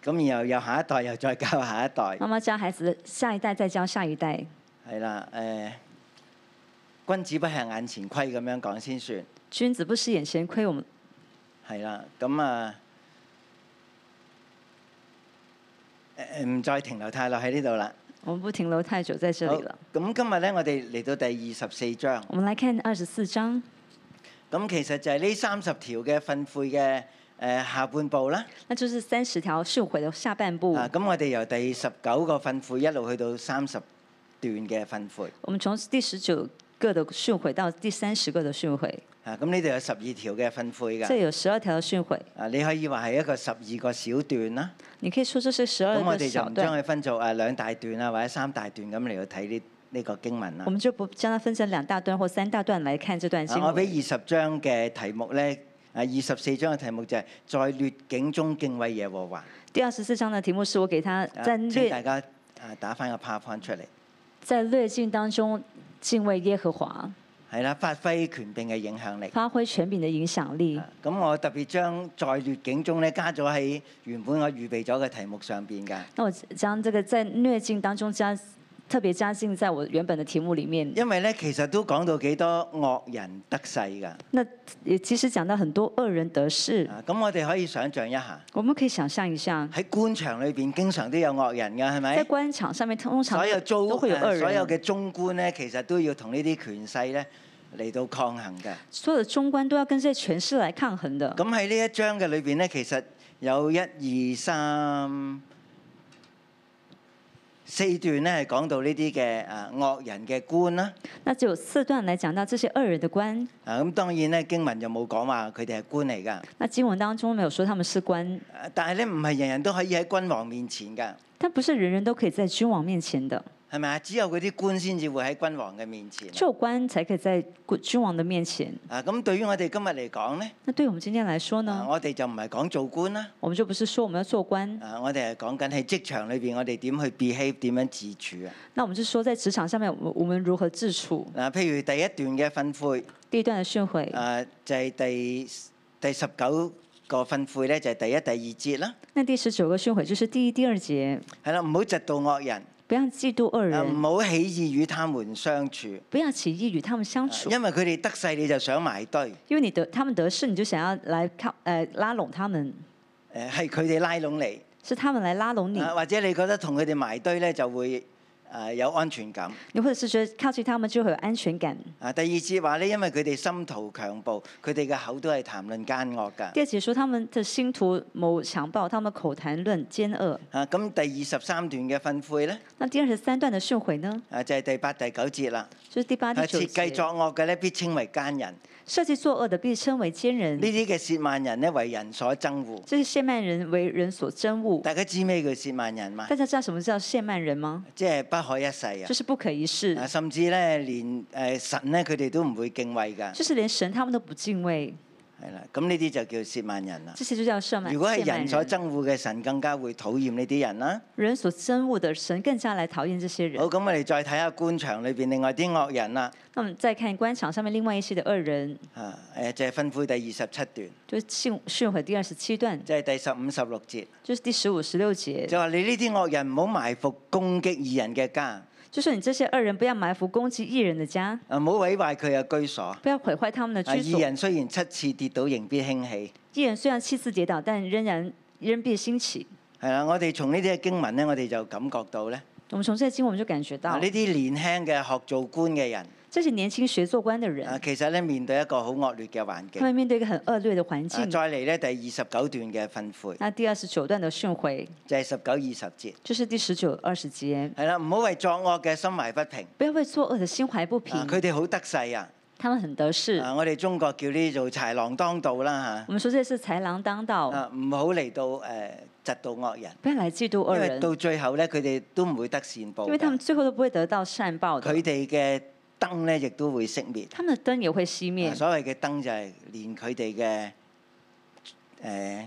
[SPEAKER 2] 咁然後又下一代又再教下一代，
[SPEAKER 3] 媽媽教孩子，下一代再教下一代。
[SPEAKER 2] 係啦，誒、君子不吃眼前虧咁樣講先算，
[SPEAKER 3] 君子不吃眼前虧，我們
[SPEAKER 2] 係啦，咁啊，誒、誒唔再停留太耐喺呢度啦。
[SPEAKER 3] 我們不停留太久在這裡了。
[SPEAKER 2] 好咁今日咧，我哋嚟到第二十四章，
[SPEAKER 3] 我們來看二十四章，
[SPEAKER 2] 咁其實就係呢三十條嘅訓誨嘅誒下半部啦。
[SPEAKER 3] 那就是三十條訓誨的下半部。
[SPEAKER 2] 啊，咁我哋由第十九個訓悔一路去到三十段嘅訓悔，
[SPEAKER 3] 我們從第十九個的訓誨到第三十個的訓誨，
[SPEAKER 2] 啊，咁呢度有十二條嘅訓悔
[SPEAKER 3] 这
[SPEAKER 2] 㗎，
[SPEAKER 3] 有十二條的訓誨。
[SPEAKER 2] 啊，你可以話係一個十二個小段啦，
[SPEAKER 3] 你可以說这是十二
[SPEAKER 2] 咁我
[SPEAKER 3] 個
[SPEAKER 2] 哋就
[SPEAKER 3] 小
[SPEAKER 2] 唔將
[SPEAKER 3] 段，
[SPEAKER 2] 佢分做啊兩大段啊或者三大段咁嚟到睇呢呢個經文啦
[SPEAKER 3] 我。們就不將它分成兩大段或三大段來看這段經
[SPEAKER 2] 啊，我俾
[SPEAKER 3] 文。
[SPEAKER 2] 二十章嘅題目咧，啊，二十四章嘅題目就係在劣境中敬畏耶和華，啊
[SPEAKER 3] 第二十四章的題目是我給他在
[SPEAKER 2] 請大
[SPEAKER 3] 略
[SPEAKER 2] 家啊打翻個 PowerPoint 出嚟，
[SPEAKER 3] 在略境當中敬畏耶和華，
[SPEAKER 2] 係啦，發揮權柄嘅影響力。
[SPEAKER 3] 發揮權柄的影響力
[SPEAKER 2] 啊。咁我特別將在劣境中咧加咗喺原本我預備咗嘅題目上邊㗎。
[SPEAKER 3] 那我將這個在略境當中加特别加进在我原本的题目里面。
[SPEAKER 2] 因為咧其實都講到幾多惡人得勢㗎。
[SPEAKER 3] 那也其实讲到很多恶人得势，
[SPEAKER 2] 啊，咁我哋可以想像一下，
[SPEAKER 3] 我们可以想象一下，
[SPEAKER 2] 喺官場裏邊經常都有惡人㗎，係
[SPEAKER 3] 在
[SPEAKER 2] 咪？
[SPEAKER 3] 官场上面通常
[SPEAKER 2] 哎所有租
[SPEAKER 3] 都會有惡
[SPEAKER 2] 呃
[SPEAKER 3] 人，
[SPEAKER 2] 所有嘅中官咧，其實都要同呢啲權勢咧嚟到抗衡嘅。
[SPEAKER 3] 所有的中官都要跟这些权势来抗衡的。
[SPEAKER 2] 咁喺呢一章嘅裏邊咧，其實有一二三四段咧係講到呢啲嘅誒惡人嘅官啦。
[SPEAKER 3] 那只有四段来講到這些惡人的官。
[SPEAKER 2] 啊，咁當然咧經文就冇講話佢哋係官嚟㗎。
[SPEAKER 3] 那經文當中沒有說他們是官，
[SPEAKER 2] 啊但係咧唔係人人都可以喺君王面前㗎，
[SPEAKER 3] 但不是人人都可以在君王面前的，
[SPEAKER 2] 係咪啊？只有嗰啲官先至會喺君王嘅面前。
[SPEAKER 3] 只有官才可以在君王的面前。
[SPEAKER 2] 啊，咁對於我哋今日嚟講咧，
[SPEAKER 3] 那對我們今天來說
[SPEAKER 2] 啊
[SPEAKER 3] 呢，
[SPEAKER 2] 我哋就唔係講做官啦。
[SPEAKER 3] 我們就不是說我們要做官，
[SPEAKER 2] 啊，我哋係講緊喺職場裏邊，我哋點去 behave，點樣自處啊？
[SPEAKER 3] 那我們是說在職場上面，我們我們如何自處。
[SPEAKER 2] 嗱，譬如第一段嘅訓悔，
[SPEAKER 3] 第一段的訓诲，
[SPEAKER 2] 啊，就係第第十九個訓悔咧，就係第一、第二節啦。
[SPEAKER 3] 那第十九個訓诲就是第一、第二節，
[SPEAKER 2] 係啦，唔好嫉妒惡人，
[SPEAKER 3] 不要嫉妒惡
[SPEAKER 2] 啊，唔
[SPEAKER 3] 人，
[SPEAKER 2] 好起意與他們相處，
[SPEAKER 3] 不要起意與他們相
[SPEAKER 2] 啊
[SPEAKER 3] 處，
[SPEAKER 2] 因為佢哋得勢你就想埋堆，
[SPEAKER 3] 因為你得他們得勢，你就想要來靠呃拉攏他們，
[SPEAKER 2] 誒係呃佢哋拉攏
[SPEAKER 3] 是他們來拉攏
[SPEAKER 2] 你，
[SPEAKER 3] 你。
[SPEAKER 2] 啊或者你覺得同佢哋埋堆咧就會誒有安全感。
[SPEAKER 3] 你或者是觉得靠近他们就会有安全感。
[SPEAKER 2] 啊，第二節話咧，因為佢哋心圖強暴，佢哋嘅口都係談論奸惡㗎。
[SPEAKER 3] 第二节说他们的信徒谋强暴，他们口谈论奸恶。
[SPEAKER 2] 啊，咁第二十三段嘅訓悔咧。
[SPEAKER 3] 那第二十三段的训诲呢，
[SPEAKER 2] 啊，就係第八、第九節啦。
[SPEAKER 3] 就是第八、
[SPEAKER 2] 啊
[SPEAKER 3] 第九
[SPEAKER 2] 設計作
[SPEAKER 3] 节，
[SPEAKER 2] 惡嘅咧，必稱為奸人。呢
[SPEAKER 3] 设计作恶的必称为奸人，
[SPEAKER 2] 啲嘅褻慢人咧，為人所憎惡。
[SPEAKER 3] 这些亵慢人为人所憎恶。
[SPEAKER 2] 大家知咩叫褻慢人嘛？
[SPEAKER 3] 大家知道什么叫亵慢人吗？
[SPEAKER 2] 即係不可一世啊
[SPEAKER 3] 就！是不可一世
[SPEAKER 2] 啊，，甚至咧，連誒神咧，佢哋都唔會敬畏㗎。
[SPEAKER 3] 就是连神他们都不敬畏，
[SPEAKER 2] 係啦，咁呢啲就叫褻慢人啦。
[SPEAKER 3] 这些就叫亵慢。
[SPEAKER 2] 如果係
[SPEAKER 3] 亵啊慢
[SPEAKER 2] 人所憎惡嘅，神更加會討厭呢啲人啦。
[SPEAKER 3] 人所憎恶的，神更加来讨厌这些人
[SPEAKER 2] 好，。咁我哋再睇下官場裏邊另外啲惡人啦。
[SPEAKER 3] 那我们再看官场上面另外一些的恶人，
[SPEAKER 2] 啊，誒就係吩咐第二十七段，
[SPEAKER 3] 就是训训诲第二十七段，
[SPEAKER 2] 即係第十五、十六節，
[SPEAKER 3] 就是第十五、十六节。
[SPEAKER 2] 就話你呢啲惡人唔好埋伏攻擊義人嘅家。
[SPEAKER 3] 就是你这些恶人不要埋伏攻击异人的家，
[SPEAKER 2] 啊！唔好毀壞佢嘅居所。啊！
[SPEAKER 3] 不要毁坏他们的居
[SPEAKER 2] 義
[SPEAKER 3] 所。
[SPEAKER 2] 人雖然七次跌倒，仍必興起。
[SPEAKER 3] 异人虽然七次跌倒，但仍然仍必兴起。
[SPEAKER 2] 係啦，我哋從呢啲嘅經文咧，我哋就感覺到咧，
[SPEAKER 3] 我们从这经我们就感觉
[SPEAKER 2] 啊
[SPEAKER 3] 到
[SPEAKER 2] 呢，啲年輕嘅學做官嘅人，
[SPEAKER 3] 这些年轻学做官的
[SPEAKER 2] 啊
[SPEAKER 3] 人，
[SPEAKER 2] 其實咧面對一個好惡劣嘅環境。
[SPEAKER 3] 他
[SPEAKER 2] 啊
[SPEAKER 3] 们面对一个很恶劣的环境。
[SPEAKER 2] 再嚟咧第二十九段嘅訓悔，
[SPEAKER 3] 那第二十九段的训诲，
[SPEAKER 2] 就係十九二十節。
[SPEAKER 3] 就是第十九、二十节，
[SPEAKER 2] 係啦，唔好為作惡嘅心懷不平。
[SPEAKER 3] 不要为作恶的心怀不平嗯
[SPEAKER 2] 啊，佢哋好得勢啊！
[SPEAKER 3] 他们很得势。
[SPEAKER 2] 啊，我哋中國叫呢啲做豺狼當道啦
[SPEAKER 3] 我们说这是豺狼当
[SPEAKER 2] 嚇。
[SPEAKER 3] 道，
[SPEAKER 2] 啊，唔好嚟到誒窒到惡人，
[SPEAKER 3] 不要来嫉妒恶
[SPEAKER 2] 因為
[SPEAKER 3] 啊人，
[SPEAKER 2] 到最後咧，佢哋都唔會得善報㗎。
[SPEAKER 3] 因为他们最后都不会得到善报的
[SPEAKER 2] 佢，哋嘅燈咧，亦都會熄滅。
[SPEAKER 3] 他们的灯也会熄
[SPEAKER 2] 啊
[SPEAKER 3] 灭。
[SPEAKER 2] 所謂嘅燈就係連佢哋嘅誒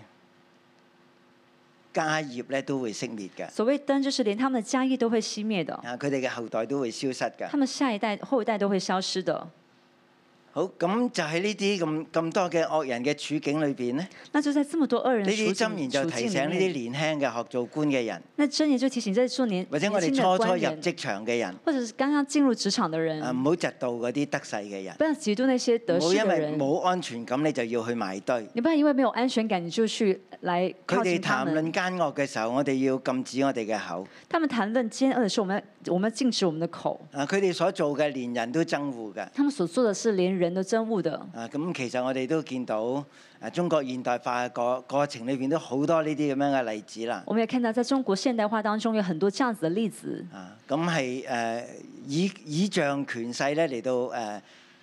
[SPEAKER 2] 家業咧都會熄滅嘅，
[SPEAKER 3] 所谓灯，就是连他们的家业都会熄灭的。
[SPEAKER 2] 啊佢哋嘅後代都會消失嘅
[SPEAKER 3] 他。们下一代、后一代都会消失的。
[SPEAKER 2] 好，咁就喺呢啲咁咁多嘅惡人嘅處境裏邊咧，呢
[SPEAKER 3] 那就在这么多恶人的
[SPEAKER 2] 啲
[SPEAKER 3] 处
[SPEAKER 2] 箴
[SPEAKER 3] 境
[SPEAKER 2] 言就
[SPEAKER 3] 处
[SPEAKER 2] 提
[SPEAKER 3] 境
[SPEAKER 2] 醒呢
[SPEAKER 3] 里面，
[SPEAKER 2] 啲年輕嘅學做官嘅人，
[SPEAKER 3] 那箴言就提醒这些做年
[SPEAKER 2] 或者我哋
[SPEAKER 3] 年
[SPEAKER 2] 初
[SPEAKER 3] 轻
[SPEAKER 2] 初
[SPEAKER 3] 的官
[SPEAKER 2] 入
[SPEAKER 3] 人，
[SPEAKER 2] 職場嘅人，
[SPEAKER 3] 或者是刚刚进入职场的人，
[SPEAKER 2] 啊唔好窒到嗰啲得勢嘅人，
[SPEAKER 3] 不要嫉妒那些嗯得
[SPEAKER 2] 唔好
[SPEAKER 3] 势
[SPEAKER 2] 因
[SPEAKER 3] 的
[SPEAKER 2] 為
[SPEAKER 3] 人。
[SPEAKER 2] 冇安全感你就要去埋堆。
[SPEAKER 3] 你不要因为没有安全感，你就去来
[SPEAKER 2] 佢
[SPEAKER 3] 靠
[SPEAKER 2] 哋
[SPEAKER 3] 近他
[SPEAKER 2] 談論
[SPEAKER 3] 们。
[SPEAKER 2] 奸惡嘅時候，我哋要禁止我哋嘅口。
[SPEAKER 3] 他们谈论奸恶的时候，我们要我们要禁止我们的口。
[SPEAKER 2] 啊，佢哋所做嘅連人都憎惡嘅。
[SPEAKER 3] 他们所做的是连人都憎恶的。
[SPEAKER 2] 啊，咁其實我哋都見到啊，中國現代化嘅過過程裏邊都好多呢啲咁樣嘅例子啦。
[SPEAKER 3] 我们也看到，在中国现代化当中有很多这样子的例子，
[SPEAKER 2] 啊，咁係誒以倚仗權勢咧嚟到誒誒、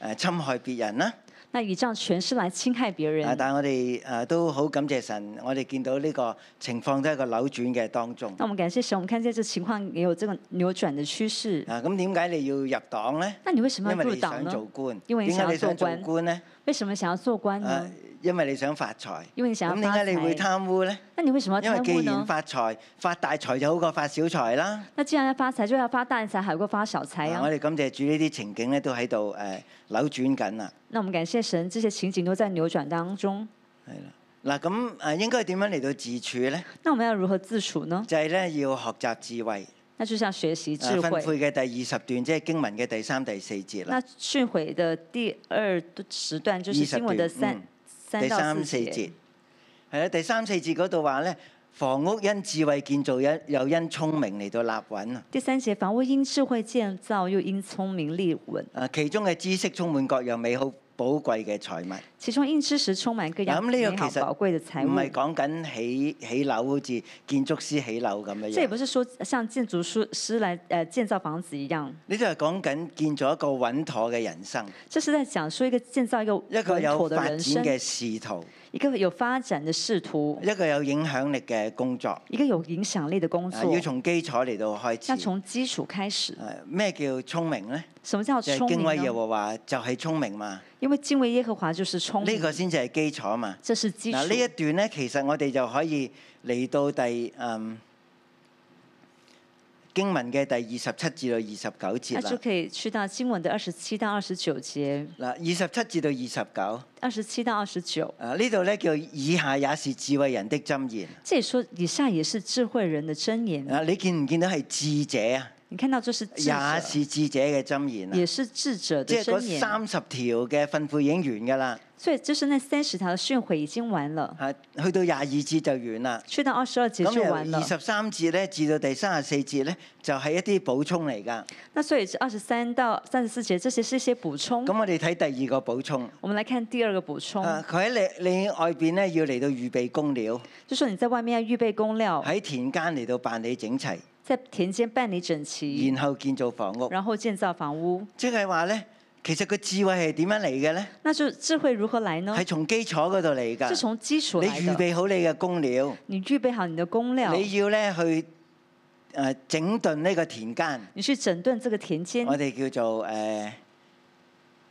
[SPEAKER 2] 呃侵害別人啦。
[SPEAKER 3] 那以这样权势来侵害别
[SPEAKER 2] 啊，
[SPEAKER 3] 人。
[SPEAKER 2] 但係我哋誒、呃都好感謝神，我哋見到呢個情況都係一個扭轉嘅當中。
[SPEAKER 3] 那我们感谢神，我们看见这情况也有这个扭转的趋势。
[SPEAKER 2] 啊，咁點解你要入黨咧？
[SPEAKER 3] 那你为什么
[SPEAKER 2] 因
[SPEAKER 3] 要
[SPEAKER 2] 為
[SPEAKER 3] 入
[SPEAKER 2] 你
[SPEAKER 3] 党
[SPEAKER 2] 想
[SPEAKER 3] 呢？
[SPEAKER 2] 做官，
[SPEAKER 3] 因為你
[SPEAKER 2] 點解你
[SPEAKER 3] 想
[SPEAKER 2] 想
[SPEAKER 3] 做
[SPEAKER 2] 做
[SPEAKER 3] 官
[SPEAKER 2] 官咧？
[SPEAKER 3] 为什么想要做官
[SPEAKER 2] 啊
[SPEAKER 3] 呢？，
[SPEAKER 2] 因為你想發財。
[SPEAKER 3] 因为你想
[SPEAKER 2] 咁
[SPEAKER 3] 要
[SPEAKER 2] 點
[SPEAKER 3] 发
[SPEAKER 2] 解你會
[SPEAKER 3] 财。
[SPEAKER 2] 貪污咧？
[SPEAKER 3] 那你为什么
[SPEAKER 2] 因
[SPEAKER 3] 要
[SPEAKER 2] 為
[SPEAKER 3] 贪污
[SPEAKER 2] 既然
[SPEAKER 3] 呢？
[SPEAKER 2] 發財，發大財就好過發小財啦。
[SPEAKER 3] 那既然要发财，就要发大财，还有个发小财
[SPEAKER 2] 嗱
[SPEAKER 3] 啊
[SPEAKER 2] 我！哋感謝主呢啲情景咧，都喺度誒扭轉緊啦。
[SPEAKER 3] 那我们感謝神，这些情景都在扭轉當中。
[SPEAKER 2] 嗱呃咁誒，應該點樣嚟到自處咧？
[SPEAKER 3] 那我们要如何自處呢？
[SPEAKER 2] 就係、呢，咧要學習智慧，
[SPEAKER 3] 那就是要学习智
[SPEAKER 2] 啊分
[SPEAKER 3] 慧。
[SPEAKER 2] 悔嘅第二十段，即係經文嘅第三、第四節啦
[SPEAKER 3] 那。训诲的第二十段就是经文的三、
[SPEAKER 2] 嗯
[SPEAKER 3] 三
[SPEAKER 2] 第
[SPEAKER 3] 到
[SPEAKER 2] 三四
[SPEAKER 3] 四节。
[SPEAKER 2] 節係啦，第三四節嗰度話咧，房屋因智慧建造，因又因聰明嚟到立穩啊！
[SPEAKER 3] 第三节，房屋因智慧建造，又因聪明立稳。
[SPEAKER 2] 啊，其中嘅知識充滿各樣美好寶貴嘅財物。
[SPEAKER 3] 其中因知识充满各样
[SPEAKER 2] 嗱咁呢個
[SPEAKER 3] 美好
[SPEAKER 2] 其實
[SPEAKER 3] 宝贵的财
[SPEAKER 2] 唔
[SPEAKER 3] 物。
[SPEAKER 2] 係講緊起起樓，好似建築師起樓咁樣
[SPEAKER 3] 这也
[SPEAKER 2] 樣。
[SPEAKER 3] 不是说像建筑师师来呃建造房子一样，
[SPEAKER 2] 呢度係講緊建造一個穩妥嘅人生，
[SPEAKER 3] 这是在讲说一个建造一个
[SPEAKER 2] 一
[SPEAKER 3] 稳
[SPEAKER 2] 個有
[SPEAKER 3] 妥的
[SPEAKER 2] 發
[SPEAKER 3] 人
[SPEAKER 2] 展
[SPEAKER 3] 生，
[SPEAKER 2] 嘅仕途，
[SPEAKER 3] 一个有發展的仕途，
[SPEAKER 2] 一個有影響力嘅工作。啊
[SPEAKER 3] 一个有影响力的工作，
[SPEAKER 2] 要從基礎嚟到
[SPEAKER 3] 要
[SPEAKER 2] 開始。
[SPEAKER 3] 从基础开始。
[SPEAKER 2] 啊咩叫聰明呢？
[SPEAKER 3] 什么叫
[SPEAKER 2] 就
[SPEAKER 3] 聪
[SPEAKER 2] 係
[SPEAKER 3] 哦明啊
[SPEAKER 2] 敬畏耶
[SPEAKER 3] 呢？
[SPEAKER 2] 和華就係聰明嘛，
[SPEAKER 3] 因為敬畏耶和華就是聪
[SPEAKER 2] 呢
[SPEAKER 3] 明，
[SPEAKER 2] 個先至係基礎嘛。
[SPEAKER 3] 这是基
[SPEAKER 2] 嗱呢一
[SPEAKER 3] 礎。
[SPEAKER 2] 段呢，其實我哋就可以嚟到第嗯經文嘅第二十七至到二十九
[SPEAKER 3] 那
[SPEAKER 2] 節
[SPEAKER 3] 就
[SPEAKER 2] 啦。
[SPEAKER 3] 可以去到經文的二十七到二十九节，
[SPEAKER 2] 嗱，二十七至到二十九，
[SPEAKER 3] 二十七到二十九。
[SPEAKER 2] 啊呢度呢叫以下也是智慧人的箴言。
[SPEAKER 3] 这里说以下也是智慧人的箴言，
[SPEAKER 2] 啊，你見唔見到係智者啊？
[SPEAKER 3] 你看到这是智
[SPEAKER 2] 也
[SPEAKER 3] 者，
[SPEAKER 2] 是智者嘅箴言
[SPEAKER 3] 也
[SPEAKER 2] 啊！
[SPEAKER 3] 是智者的
[SPEAKER 2] 即係
[SPEAKER 3] 箴
[SPEAKER 2] 嗰
[SPEAKER 3] 言。啊
[SPEAKER 2] 三十條嘅訓悔已經完㗎啦，
[SPEAKER 3] 所以就是那三十条的训诲已經完了，
[SPEAKER 2] 啊，去到廿二節就完啦。
[SPEAKER 3] 去到二十二节
[SPEAKER 2] 咁
[SPEAKER 3] 就
[SPEAKER 2] 由
[SPEAKER 3] 完了
[SPEAKER 2] 二。十三節咧至到第三十四節咧，就係、一啲補充嚟㗎。
[SPEAKER 3] 那所以这二十三到三十四节，这些是一些补充。
[SPEAKER 2] 咁我哋睇第二個補充。
[SPEAKER 3] 我们来看第二个补充，
[SPEAKER 2] 啊！佢喺你你外邊咧要嚟到預備工料，
[SPEAKER 3] 就说你在外面要预备工料，
[SPEAKER 2] 喺田間嚟到辦理整齊，
[SPEAKER 3] 在田间办理整齐，
[SPEAKER 2] 然後建造房屋。
[SPEAKER 3] 然后建造房屋。
[SPEAKER 2] 即係話咧，其實個智慧係點樣嚟嘅咧？
[SPEAKER 3] 那就智慧如何来呢
[SPEAKER 2] 係？從基礎嗰度嚟
[SPEAKER 3] 是
[SPEAKER 2] 㗎。
[SPEAKER 3] 從基础
[SPEAKER 2] 你
[SPEAKER 3] 来
[SPEAKER 2] 預
[SPEAKER 3] 的。
[SPEAKER 2] 備好你嘅工料，
[SPEAKER 3] 你预备好你的工料，
[SPEAKER 2] 你要咧去誒整頓呢個田間，
[SPEAKER 3] 你去整顿这个田间
[SPEAKER 2] 我，哋叫做誒、呃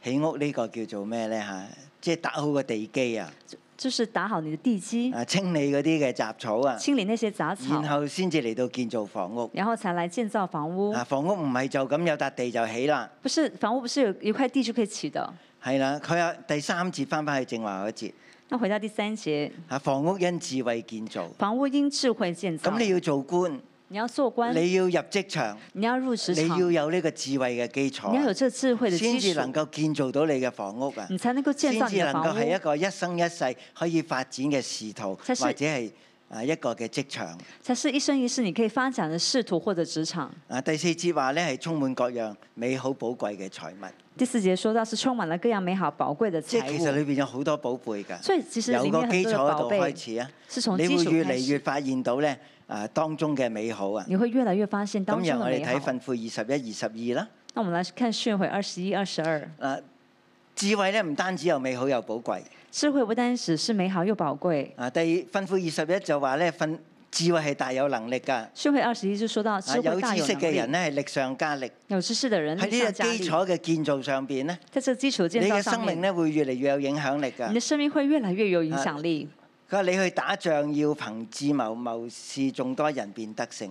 [SPEAKER 2] 起屋呢個叫做咩咧嚇？即係打好個地基啊，
[SPEAKER 3] 就是打好你的地基，
[SPEAKER 2] 啊清理嗰啲嘅雜草啊，
[SPEAKER 3] 清理那些杂草
[SPEAKER 2] 然，後先至嚟到建造房屋。
[SPEAKER 3] 然后才来建造房屋。
[SPEAKER 2] 啊，房屋唔係就咁有笪地就起啦。
[SPEAKER 3] 不是房屋不是有一块地就可以起的？
[SPEAKER 2] 係啦，佢有第三節翻返去正話嗰節，
[SPEAKER 3] 那回到第三节，
[SPEAKER 2] 啊房屋因智慧建造。
[SPEAKER 3] 房屋因智慧建造
[SPEAKER 2] 咁。你要做官，
[SPEAKER 3] 你要做官，
[SPEAKER 2] 你要入職場，
[SPEAKER 3] 你要入职
[SPEAKER 2] 你
[SPEAKER 3] 场，
[SPEAKER 2] 要有呢個智慧嘅基
[SPEAKER 3] 你要有
[SPEAKER 2] 礎，
[SPEAKER 3] 这智慧的
[SPEAKER 2] 先
[SPEAKER 3] 基
[SPEAKER 2] 至
[SPEAKER 3] 础
[SPEAKER 2] 能，夠建造到你嘅房屋啊，
[SPEAKER 3] 你才能够建
[SPEAKER 2] 先
[SPEAKER 3] 造你
[SPEAKER 2] 至
[SPEAKER 3] 的
[SPEAKER 2] 能
[SPEAKER 3] 房
[SPEAKER 2] 夠係一
[SPEAKER 3] 屋，
[SPEAKER 2] 個一生一世可以發展嘅仕途，
[SPEAKER 3] 才是
[SPEAKER 2] 或者係啊一個嘅職場。
[SPEAKER 3] 才是一生一世你可以发展的仕途或者职场。
[SPEAKER 2] 啊，第四節話咧係充滿各樣美好寶貴嘅財物，
[SPEAKER 3] 第四节说到是充满了各样美好宝贵的
[SPEAKER 2] 即
[SPEAKER 3] 财
[SPEAKER 2] 係其實
[SPEAKER 3] 物，
[SPEAKER 2] 裏邊有好多寶貝㗎。
[SPEAKER 3] 所以其实
[SPEAKER 2] 有
[SPEAKER 3] 里
[SPEAKER 2] 個
[SPEAKER 3] 面
[SPEAKER 2] 基
[SPEAKER 3] 很多
[SPEAKER 2] 礎
[SPEAKER 3] 的
[SPEAKER 2] 嗰
[SPEAKER 3] 宝
[SPEAKER 2] 度開
[SPEAKER 3] 贝
[SPEAKER 2] 始啊，
[SPEAKER 3] 是从
[SPEAKER 2] 你
[SPEAKER 3] 基
[SPEAKER 2] 會
[SPEAKER 3] 础
[SPEAKER 2] 越
[SPEAKER 3] 开
[SPEAKER 2] 嚟
[SPEAKER 3] 始
[SPEAKER 2] 越。發現到咧啊當中嘅美好啊。
[SPEAKER 3] 你会越来越发现当
[SPEAKER 2] 咁
[SPEAKER 3] 中
[SPEAKER 2] 由
[SPEAKER 3] 的
[SPEAKER 2] 我哋
[SPEAKER 3] 美
[SPEAKER 2] 睇
[SPEAKER 3] 好。
[SPEAKER 2] 訓悔二十一、二十二啦。
[SPEAKER 3] 那我们来看训诲二十一、二十二，
[SPEAKER 2] 啊，智慧咧唔單止有美好有寶貴。
[SPEAKER 3] 智慧不单只是美好又寶貴。
[SPEAKER 2] 啊，第訓悔二十一就話咧，訓智慧係大有能力㗎。
[SPEAKER 3] 训诲二十一就说到
[SPEAKER 2] 啊，
[SPEAKER 3] 智
[SPEAKER 2] 有
[SPEAKER 3] 慧大
[SPEAKER 2] 知
[SPEAKER 3] 有
[SPEAKER 2] 識
[SPEAKER 3] 能
[SPEAKER 2] 嘅人
[SPEAKER 3] 力，
[SPEAKER 2] 咧係力上加力。
[SPEAKER 3] 有知识的人
[SPEAKER 2] 喺
[SPEAKER 3] 力
[SPEAKER 2] 呢個
[SPEAKER 3] 上加
[SPEAKER 2] 基
[SPEAKER 3] 力，
[SPEAKER 2] 礎嘅建造上邊咧，
[SPEAKER 3] 在这基础
[SPEAKER 2] 你
[SPEAKER 3] 建造
[SPEAKER 2] 嘅
[SPEAKER 3] 上
[SPEAKER 2] 生命
[SPEAKER 3] 面，
[SPEAKER 2] 咧會越嚟越有影響力
[SPEAKER 3] 你
[SPEAKER 2] 㗎
[SPEAKER 3] 的。生命会越来越有
[SPEAKER 2] 啊
[SPEAKER 3] 影响力。
[SPEAKER 2] 佢話你去打仗要憑智謀謀事眾多人便得勝。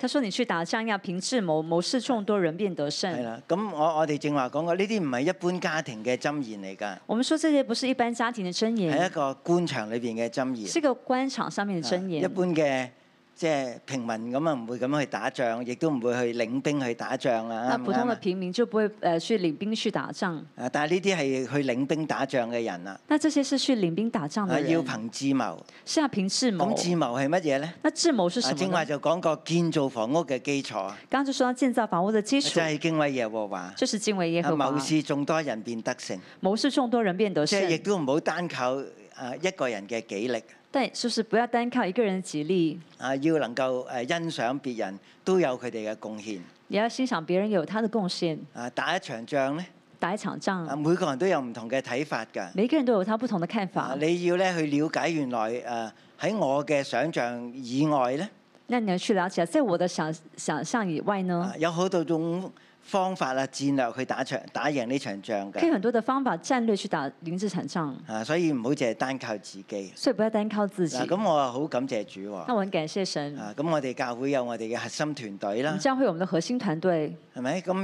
[SPEAKER 3] 他说：“你去打仗要凭智谋，谋事众多，人便得
[SPEAKER 2] 係
[SPEAKER 3] 胜。
[SPEAKER 2] 啦，咁我我哋正話講過，呢啲唔係一般家庭嘅箴言嚟㗎，”
[SPEAKER 3] 我们说这些不是一般家庭的箴
[SPEAKER 2] 係一
[SPEAKER 3] 言，
[SPEAKER 2] 個官場裏邊嘅箴言。
[SPEAKER 3] 是个官场上面的箴
[SPEAKER 2] 一
[SPEAKER 3] 言。
[SPEAKER 2] 般嘅即係平民咁啊，唔會咁樣去打仗，亦都唔會去領兵去打仗啊。
[SPEAKER 3] 那
[SPEAKER 2] 啱唔
[SPEAKER 3] 普通
[SPEAKER 2] 啱
[SPEAKER 3] 的
[SPEAKER 2] 啊
[SPEAKER 3] 平民就不会呃去领兵去打仗，
[SPEAKER 2] 啊？但係呢啲係去領兵打仗嘅人啦，
[SPEAKER 3] 那这些是去领兵打仗
[SPEAKER 2] 啊
[SPEAKER 3] 的
[SPEAKER 2] 要
[SPEAKER 3] 人，
[SPEAKER 2] 憑智謀。
[SPEAKER 3] 是要啊凭智谋
[SPEAKER 2] 咁。智謀係乜嘢咧？
[SPEAKER 3] 那智谋是
[SPEAKER 2] 啊，
[SPEAKER 3] 什么
[SPEAKER 2] 正
[SPEAKER 3] 呢
[SPEAKER 2] 話？就講過建造房屋嘅基礎，
[SPEAKER 3] 刚刚就说到建造房屋的基础
[SPEAKER 2] 就，係敬畏耶和華。Uh, 啊
[SPEAKER 3] 就是敬畏耶和华
[SPEAKER 2] 謀。事眾多人便得勝，
[SPEAKER 3] 谋事众多人便得
[SPEAKER 2] 即
[SPEAKER 3] 胜
[SPEAKER 2] 係，亦都唔好單靠啊一個人嘅己力。
[SPEAKER 3] 但就是不要单靠一个人的极力，
[SPEAKER 2] 啊，要能夠誒欣賞別人都有佢哋嘅貢獻。
[SPEAKER 3] 也要欣赏別人有他的貢獻。
[SPEAKER 2] 啊，打一場仗咧，
[SPEAKER 3] 打一場
[SPEAKER 2] 啊，
[SPEAKER 3] 仗，
[SPEAKER 2] 每個人都有唔同嘅睇法㗎。
[SPEAKER 3] 每一個人都有他不同的看
[SPEAKER 2] 啊
[SPEAKER 3] 法。
[SPEAKER 2] 你要咧去了解原來呃誒喺、我嘅想像以外咧，
[SPEAKER 3] 那你要去了解，在我的想想象以外呢
[SPEAKER 2] 啊，有好多種方法啊戰略去打場打贏呢場仗
[SPEAKER 3] 可以
[SPEAKER 2] 㗎。
[SPEAKER 3] 很多的方法战略去打赢這場仗，
[SPEAKER 2] 啊，所以唔好淨係單靠自己。
[SPEAKER 3] 所以不要單靠自己嗯
[SPEAKER 2] 嗱、。咁我啊好感謝主喎、
[SPEAKER 3] 那我很感謝神，
[SPEAKER 2] 啊，咁我哋教會有我哋嘅核心團隊
[SPEAKER 3] 我
[SPEAKER 2] 啦
[SPEAKER 3] 們，教會有我們的核心團隊。
[SPEAKER 2] 係咪？咁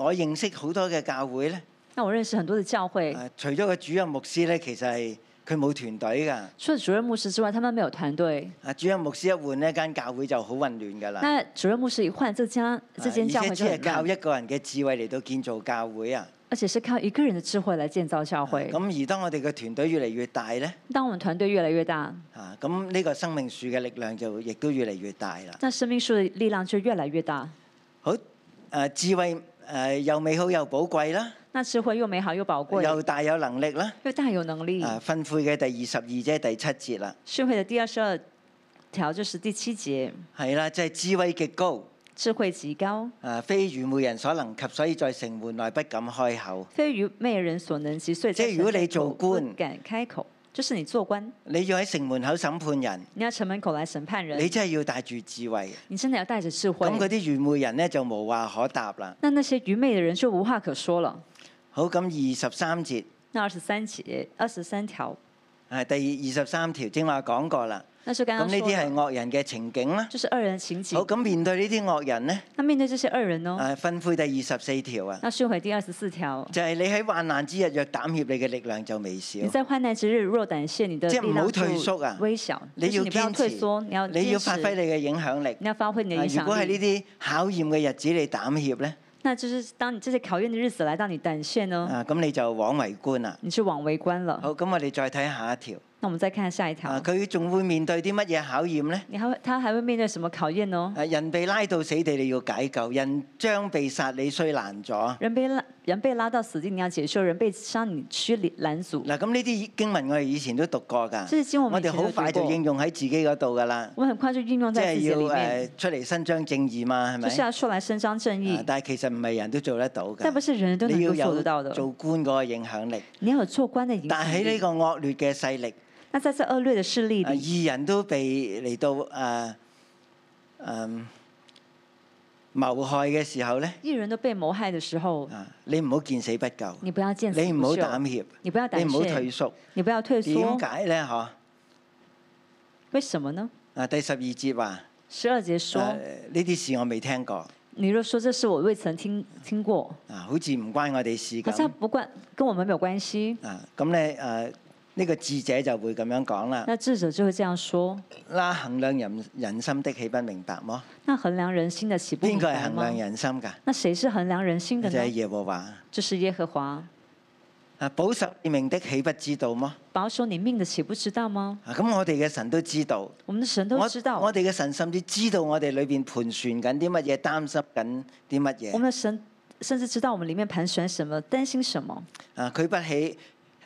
[SPEAKER 2] 而我認識好多嘅教會咧，
[SPEAKER 3] 那我認識很多的教會，
[SPEAKER 2] 啊啊，除咗個主任牧師咧，其實係佢冇團隊㗎。
[SPEAKER 3] 除了主任牧师之外，他们沒有團隊。
[SPEAKER 2] 啊，主任牧師一換呢間教會就好混亂㗎啦。啊
[SPEAKER 3] 那主任牧师一換，這家這
[SPEAKER 2] 而且
[SPEAKER 3] 間
[SPEAKER 2] 只
[SPEAKER 3] 教會就
[SPEAKER 2] 係
[SPEAKER 3] 很
[SPEAKER 2] 靠
[SPEAKER 3] 亂，
[SPEAKER 2] 一個人嘅智慧嚟到建造教會啊。
[SPEAKER 3] 而且是靠一個人的智慧來建造教會。
[SPEAKER 2] 咁而當啊我哋嘅團隊越嚟越大呢，
[SPEAKER 3] 當我們團隊越來越大，
[SPEAKER 2] 啊，咁呢個生命樹嘅力量就亦都越嚟越大啦。
[SPEAKER 3] 那生命樹的力量就越來越大。
[SPEAKER 2] 好，誒、智慧誒、又美好又寶貴啦，
[SPEAKER 3] 那智慧又美好又寶貴，
[SPEAKER 2] 又大有能力啦。
[SPEAKER 3] 又大有能力。
[SPEAKER 2] 啊，訓悔嘅第二十二啫，第七節啦，
[SPEAKER 3] 智慧的第二十二條就是第七節，
[SPEAKER 2] 係啦，即係智慧極高，
[SPEAKER 3] 智慧極高，
[SPEAKER 2] 啊，非愚昧人所能及，所以在城門內不敢開口。
[SPEAKER 3] 非愚昧人所能及，所以在
[SPEAKER 2] 即係如果
[SPEAKER 3] 神
[SPEAKER 2] 你
[SPEAKER 3] 的口
[SPEAKER 2] 做官
[SPEAKER 3] 不敢開口，就是你做官，
[SPEAKER 2] 你要喺城門口審判人，
[SPEAKER 3] 你要城門口來審判人，
[SPEAKER 2] 你
[SPEAKER 3] 你
[SPEAKER 2] 真係要帶住智慧。
[SPEAKER 3] 真的要帶着智慧
[SPEAKER 2] 咁。嗰啲愚昧人呢，就無話可答啦。
[SPEAKER 3] 那那些愚昧的人就無話可說了。
[SPEAKER 2] 好，咁二十三節，
[SPEAKER 3] 那二十三節、二十三條，
[SPEAKER 2] 啊，第二十三條正話講過啦。
[SPEAKER 3] 那就
[SPEAKER 2] 咁
[SPEAKER 3] 剛剛
[SPEAKER 2] 呢
[SPEAKER 3] 說
[SPEAKER 2] 啲係
[SPEAKER 3] 的，
[SPEAKER 2] 惡人嘅情景啦。
[SPEAKER 3] 就是哦二人的情景
[SPEAKER 2] 好，。咁面對呢啲惡人呢，
[SPEAKER 3] 那面對這些二人呢？
[SPEAKER 2] 啊，訓悔第二十四條啊，
[SPEAKER 3] 那說回第二十四條，
[SPEAKER 2] 就係你喺患難之日若膽怯，你嘅力量就微小
[SPEAKER 3] 你。在患難之日若膽怯，你的
[SPEAKER 2] 即係
[SPEAKER 3] 力
[SPEAKER 2] 唔好
[SPEAKER 3] 量
[SPEAKER 2] 退
[SPEAKER 3] 就
[SPEAKER 2] 縮啊
[SPEAKER 3] 微小，
[SPEAKER 2] 你
[SPEAKER 3] 就是
[SPEAKER 2] 要
[SPEAKER 3] 你不要
[SPEAKER 2] 堅
[SPEAKER 3] 退
[SPEAKER 2] 持
[SPEAKER 3] 縮，你要
[SPEAKER 2] 你要
[SPEAKER 3] 堅
[SPEAKER 2] 發揮
[SPEAKER 3] 持，
[SPEAKER 2] 你嘅影響力。
[SPEAKER 3] 你要發揮你的
[SPEAKER 2] 啊
[SPEAKER 3] 影
[SPEAKER 2] 如果
[SPEAKER 3] 響
[SPEAKER 2] 係呢。
[SPEAKER 3] 力
[SPEAKER 2] 啲考驗嘅日子你膽怯咧，
[SPEAKER 3] 那就是當你這些考驗的日子來到你哦膽怯呢，
[SPEAKER 2] 啊咁你就枉為官啦。
[SPEAKER 3] 你就往為官了。
[SPEAKER 2] 好，咁我哋再睇下一條。
[SPEAKER 3] 那我們再看下一條，
[SPEAKER 2] 啊，佢仲會面對啲乜嘢考驗呢？
[SPEAKER 3] 你還會他還會面對什麼考驗呢？
[SPEAKER 2] 啊，人被拉到死地，你要解救；人將被殺，你雖難阻。嗱，
[SPEAKER 3] 人被拉人被拉到死地，你要解救；人被殺，你驅離攔阻。
[SPEAKER 2] 咁呢啲經文我哋以前都讀過
[SPEAKER 3] 這
[SPEAKER 2] 㗎，
[SPEAKER 3] 些經文我
[SPEAKER 2] 我
[SPEAKER 3] 們以
[SPEAKER 2] 哋
[SPEAKER 3] 前都
[SPEAKER 2] 好快
[SPEAKER 3] 讀
[SPEAKER 2] 就
[SPEAKER 3] 過
[SPEAKER 2] 應用喺自己嗰度㗎啦。
[SPEAKER 3] 我們很快就運用
[SPEAKER 2] 即
[SPEAKER 3] 在自
[SPEAKER 2] 係
[SPEAKER 3] 己
[SPEAKER 2] 要
[SPEAKER 3] 裡
[SPEAKER 2] 誒、
[SPEAKER 3] 面，
[SPEAKER 2] 出嚟伸張正義嘛，係咪
[SPEAKER 3] 就是？要出來伸張正
[SPEAKER 2] 哎啊
[SPEAKER 3] 義。
[SPEAKER 2] 但係其實唔係人都做得到
[SPEAKER 3] 但不
[SPEAKER 2] 㗎。
[SPEAKER 3] 是人人都能
[SPEAKER 2] 你要
[SPEAKER 3] 夠做得到
[SPEAKER 2] 有
[SPEAKER 3] 嗯的。
[SPEAKER 2] 做官嗰個影響力，
[SPEAKER 3] 你要有做官的影
[SPEAKER 2] 但
[SPEAKER 3] 響
[SPEAKER 2] 喺呢
[SPEAKER 3] 力。
[SPEAKER 2] 個惡劣嘅勢力，
[SPEAKER 3] 那在這惡劣的勢力
[SPEAKER 2] 啊
[SPEAKER 3] 裡，
[SPEAKER 2] 義人都被嚟到呃誒誒謀害嘅時候咧，
[SPEAKER 3] 一人都被謀害的時候，
[SPEAKER 2] 啊，你唔好見死不救，
[SPEAKER 3] 你不要見死
[SPEAKER 2] 你唔
[SPEAKER 3] 不
[SPEAKER 2] 好
[SPEAKER 3] 救，
[SPEAKER 2] 膽怯，
[SPEAKER 3] 你不要
[SPEAKER 2] 你唔好
[SPEAKER 3] 膽
[SPEAKER 2] 退
[SPEAKER 3] 怯，
[SPEAKER 2] 縮。
[SPEAKER 3] 你不要退
[SPEAKER 2] 點
[SPEAKER 3] 縮。
[SPEAKER 2] 解咧？嗬？
[SPEAKER 3] 為什麼呢？
[SPEAKER 2] 啊，第十二節話，啊
[SPEAKER 3] 十二節
[SPEAKER 2] 呢
[SPEAKER 3] 說。
[SPEAKER 2] 啲事我未聽過，啊，
[SPEAKER 3] 你若說這事我未曾聽聽過，
[SPEAKER 2] 好似唔關我哋事
[SPEAKER 3] 好像
[SPEAKER 2] 咁。
[SPEAKER 3] 不關跟我們沒有關係。
[SPEAKER 2] 啊，咁咧誒，呢個智者就會咁樣講啦。
[SPEAKER 3] 那智者就會這樣說：
[SPEAKER 2] 啦，衡量人人心的，岂不明白麼？
[SPEAKER 3] 那衡量人心的岂不
[SPEAKER 2] 邊
[SPEAKER 3] 明
[SPEAKER 2] 個係
[SPEAKER 3] 白
[SPEAKER 2] 衡量
[SPEAKER 3] 嗎？
[SPEAKER 2] 人心㗎？
[SPEAKER 3] 那誰是衡量人心
[SPEAKER 2] 就
[SPEAKER 3] 的
[SPEAKER 2] 係
[SPEAKER 3] 呢？
[SPEAKER 2] 耶和華。
[SPEAKER 3] 就是耶和華。
[SPEAKER 2] 啊，保守你命的，豈不知道麼？
[SPEAKER 3] 保守你命的，岂不知道嗎？
[SPEAKER 2] 啊，咁我哋嘅神都知道，
[SPEAKER 3] 我們的神都
[SPEAKER 2] 我
[SPEAKER 3] 知道，
[SPEAKER 2] 我哋嘅神甚至知道我哋裏邊盤旋緊啲乜嘢，擔心緊啲乜
[SPEAKER 3] 我
[SPEAKER 2] 嘢。
[SPEAKER 3] 們的神甚至知道我們裡面盤旋什麼，擔心什麼。
[SPEAKER 2] 啊，佢不起，